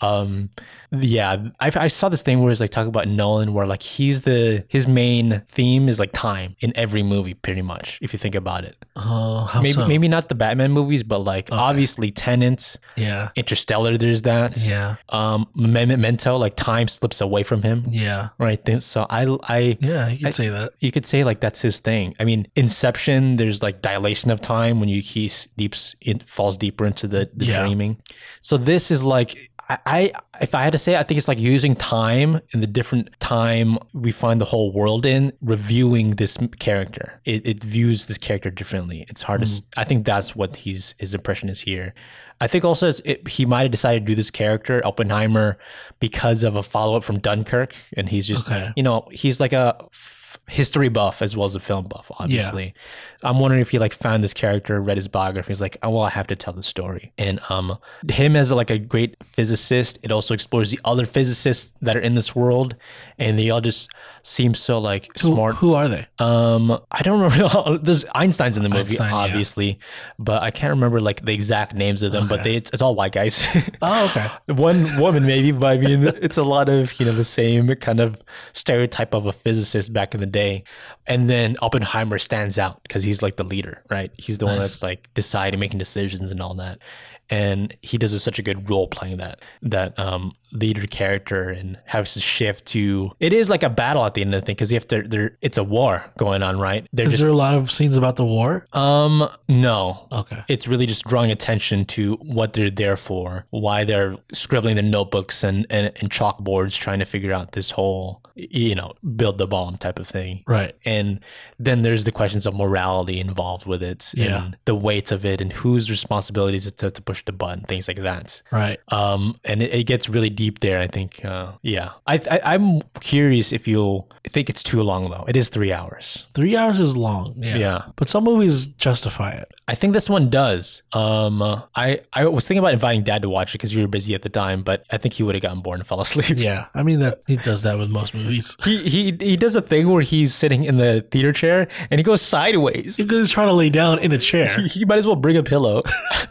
Um, yeah, I, I saw this thing where it's like talking about Nolan, where like he's the his main theme is like time in every movie, pretty much. If you think about it,
oh, how
maybe
so?
maybe not the Batman movies, but like obviously Tenant,
Yeah.
Interstellar. There's that.
Yeah.
Um, Mem- Memento. Like time slips away from him,
Yeah.
right? Then- So I I.
Yeah. You could say that.
You could say like that's his thing. I mean, Inception. There's like dilation of time when you he s- deeps it falls deeper into the, the
Yeah.
dreaming. So this is like I, I if I had to say, I think it's like using time and the different time we find the whole world in reviewing this m- character. It, it views this character differently. It's hard
Mm.
to. s- I think that's what he's his impression is here. I think also it's, it, he might have decided to do this character Oppenheimer because of a follow up from Dunkirk, and he's just
Okay.
you know he's like a f- history buff as well as a film buff. Obviously, I'm wondering if he like found this character, read his biography, he's like, oh, well, I have to tell the story. And um, him as like a great physicist, it also explores the other physicists that are in this world, and they all just seem so like
Who,
smart.
Who are they?
Um, I don't remember. There's Einstein's in the movie,
Einstein, yeah.
obviously, but I can't remember like the exact names of them. But they, it's, it's all white guys.
Oh, okay.
One woman, maybe, but I mean, it's a lot of you know the same kind of stereotype of a physicist back in the day. And then Oppenheimer stands out because he's like the leader, right? He's the one that's like deciding, making decisions, and all that. And he does such a good role playing that that um, leader character and has to shift to. It is like a battle at the end of the thing because you have to. There, it's a war going on, right? They're
Is
just
there a lot of scenes about the war?
um no
Okay.
it's really just drawing attention to what they're there for, why they're scribbling their notebooks and, and, and chalkboards trying to figure out this whole, you know, build the bomb type of thing.
Right.
And then there's the questions of morality involved with it
Yeah.
and the weight of it and whose responsibility is it to, to push the button, things like that.
Right.
Um, and it, it gets really deep there. I think, uh, yeah, I, I, I'm curious if you'll I think it's too long though. It is three hours.
Three hours is long. Yeah.
yeah.
But some movies justify it.
I think this one does. Um, I I was thinking about inviting Dad to watch it because you were busy at the time, but I think he would have gotten bored and fell asleep.
Yeah. I mean that he does that with most movies.
He he he does a thing where he's sitting in the theater chair and he goes sideways.
Because he's trying to lay down in a chair.
He might as well bring a pillow.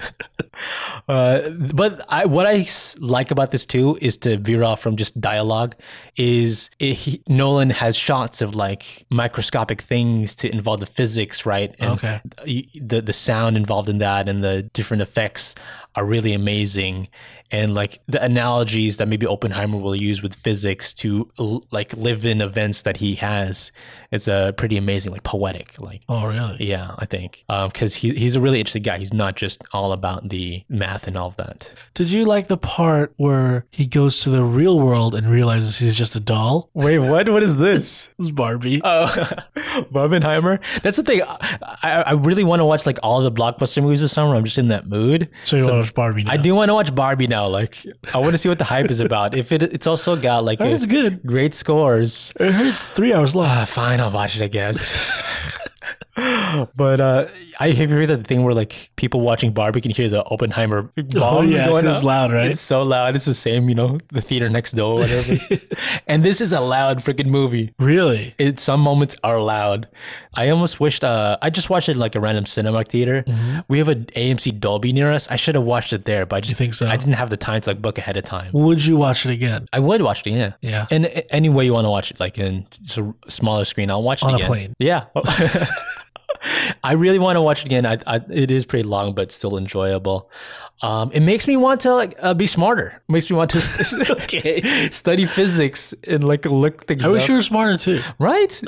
Uh, but I, what I s- like about this too is to veer off from just dialogue. Is it, he, Nolan has shots of like microscopic things to involve the physics, right? And
Okay.
y- the the sound involved in that and the different effects are really amazing and like the analogies that maybe Oppenheimer will use with physics to l- like live in events that he has it's a uh, pretty amazing like poetic like
Oh really?
yeah I think because he he's a really interesting guy he's not just all about the math and all of that
Did you like the part where he goes to the real world and realizes he's just a doll?
wait what what is this
It's Barbie.
Oh, Barbenheimer. That's the thing. I, I I really want to watch like all the blockbuster movies this summer. I'm just in that mood.
so you want to watch Barbie now?
I do want to watch Barbie now. Like, I want to see what the hype is about. If it, it's also got like
I heard
a-
it's good.
great scores.
I heard it's three hours long.
Uh, fine, I'll watch it, I guess. but uh, I have you heard that thing where like people watching Barbie can hear the Oppenheimer bombs
Oh yeah,
going
it's
up?
loud, right?
It's so loud. It's the same, you know, the theater next door, or whatever. and this is a loud freaking movie.
really?
It some moments are loud. I almost wished uh, I just watched it like a random cinema theater.
Mm-hmm.
We have an AMC Dolby near us. I should have watched it there, but I just
think so?
I didn't have the time to like book ahead of time.
Would you watch it again?
I would watch it, yeah.
Yeah.
And a- any way you want to watch it, like in just a smaller screen, I'll watch it
On a
again.
plane.
Yeah. I really want to watch it again. I, I, it is pretty long, but still enjoyable. Um, it makes me want to like uh, be smarter. It makes me want to st- study physics and like look things
I
up.
wish you were smarter too.
right?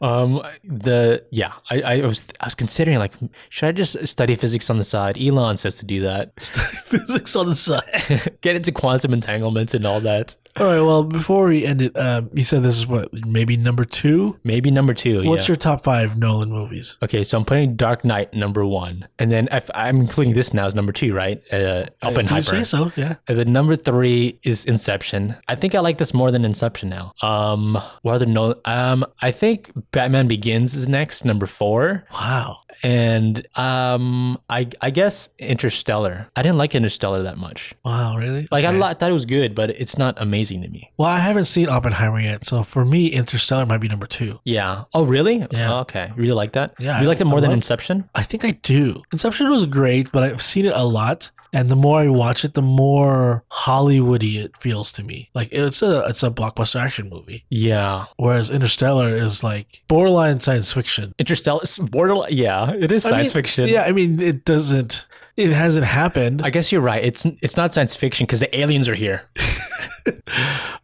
um, the yeah, I, I was I was considering like, should I just study physics on the side? Elon says to do that.
Study physics on the side.
Get into quantum entanglements and all that.
All right. Well, before we end it, um, you said this is what maybe number two.
Maybe number two.
What's
yeah.
your top five Nolan movies?
Okay, so I'm putting Dark Knight number one, and then if I'm including this now as number two, right? Uh, Oppenheimer.
If you say so, yeah.
And then number three is Inception. I think I like this more than Inception now. Um, what other no? Um, I think Batman Begins is next, number four,
Wow.
and um, I I guess Interstellar. I didn't like Interstellar that much.
Wow, really?
Like I
Okay.
li- thought it was good, but it's not amazing to me.
Well, I haven't seen Oppenheimer yet, so for me, Interstellar might be number two.
Yeah. Oh, really?
Yeah.
Oh, okay. Really like that?
Yeah,
You liked it
I-
more
I
than
loved-
Inception?
I think I do. Inception was great, but I've seen it a lot, and the more I watch it, the more Hollywoody it feels to me. Like it's a it's a blockbuster action movie,
Yeah.
whereas Interstellar is like borderline science fiction.
Interstellar, it's borderline. Yeah, it is
I
science
mean,
fiction.
Yeah, I mean it doesn't. It hasn't happened,
I guess you're right. It's it's not science fiction because the aliens are here.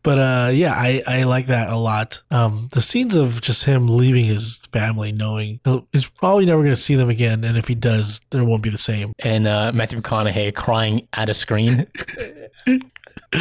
but uh, yeah, I, I like that a lot. Um, the scenes of just him leaving his family, knowing he's probably never going to see them again, and if he does, there won't be the same.
And uh, Matthew McConaughey crying at a screen.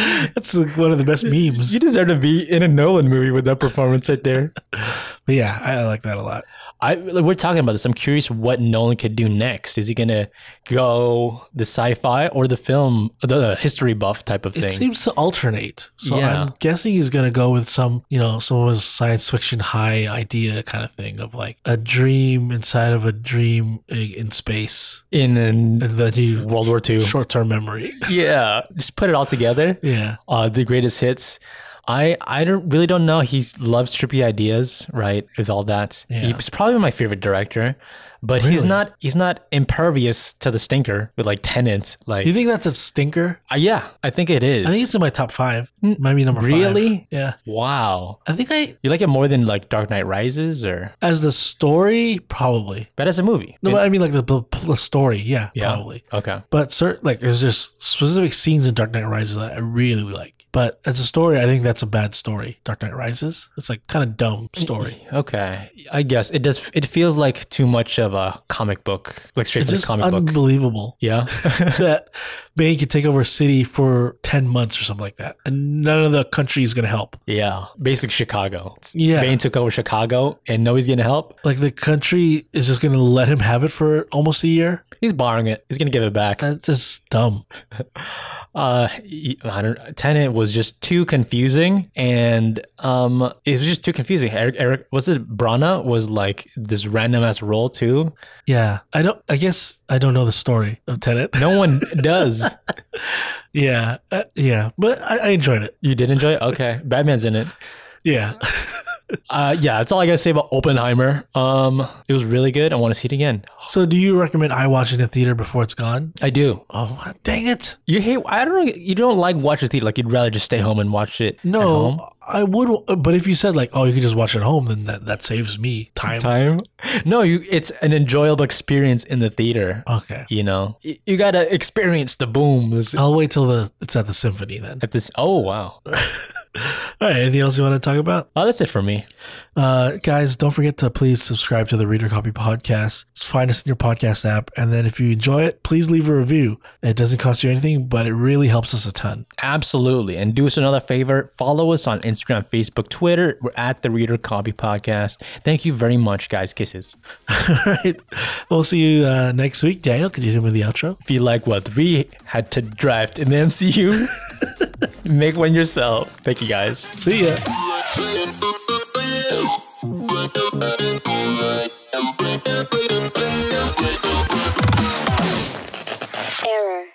That's like, one of the best memes.
you deserve to be in a Nolan movie with that performance right there.
But yeah, I like that a lot.
I like, we're talking about this. I'm curious what Nolan could do next. Is he gonna go the sci-fi or the film, the history buff type of
It
thing?
seems to alternate. So
Yeah.
I'm guessing he's going to go with some, you know, some of his science fiction high idea kind of thing of like a dream inside of a dream i- in space.
in, in
And then he
World War II.
short term memory.
Yeah, just put it all together.
Yeah.
uh, the greatest hits. I I don't really don't know. He loves trippy ideas, right? With all that,
Yeah.
he's probably my favorite director. But he's
Really?
not he's not impervious to the stinker with like Tenant. Like
You think that's a stinker?
Uh, yeah, I think it is.
I think it's in my top five.
Mm,
Might be number five.
really?
Yeah.
wow.
I think I,
You like it more than like Dark Knight Rises or
as the story, probably.
but as a movie.
No, but I mean like the, the the story. Yeah,
Yeah.
probably.
okay.
But certain, like, there's just specific scenes in Dark Knight Rises that I really like. But as a story, I think that's a bad story. Dark Knight Rises. It's like kind of dumb story.
Okay. I guess it does it feels like too much of a comic book. Like straight
It's
from the
just
comic book.
unbelievable
Yeah.
that Bane could take over a city for ten months or something like that, and none of the country is gonna help.
yeah. Basic Chicago.
Yeah,
Bane took over Chicago and nobody's gonna help.
like the country is just gonna let him have it for almost a year.
He's borrowing it. He's gonna give it back. Uh,
That's just dumb.
y- I don't. Tenant was just too confusing, and um, it was just too confusing. Eric, Eric, was it Brana was like this random ass role too.
Yeah, I don't. I guess I don't know the story of Tenet.
No one does.
Yeah, uh, yeah, but I, I enjoyed it.
You did enjoy it. Okay, Batman's in it.
Yeah.
Uh, yeah, that's all I gotta say about Oppenheimer. Um, it was really good. I want to see it again.
So, do you recommend I watch it in the theater before it's gone?
I do.
Oh, dang it!
You hate. I don't. know. You don't like watch the theater. Like you'd rather just stay home and watch it. at
No,
home.
I would, uh, but if you said like, "Oh, you can just watch it at home," then that that saves me time.
time. No, you. It's an enjoyable experience in the theater.
Okay,
you know Y- you gotta experience the booms
I'll wait till the it's at the symphony then.
at this oh wow
All right, anything else you want to talk about,
oh that's it for me
uh, guys? Don't forget to please subscribe to the Reader Copy Podcast. Find us in your podcast app, and then if you enjoy it, please leave a review. It doesn't cost you anything, but it really helps us a ton.
absolutely and do us another favor follow us on instagram facebook twitter we're at the reader copy podcast thank you very much guys kisses
All right, we'll see you uh, next week. Daniel, could you do me the outro?
if you like what we had to draft in the mcu make one yourself thank you guys
See ya.
Bye. Error.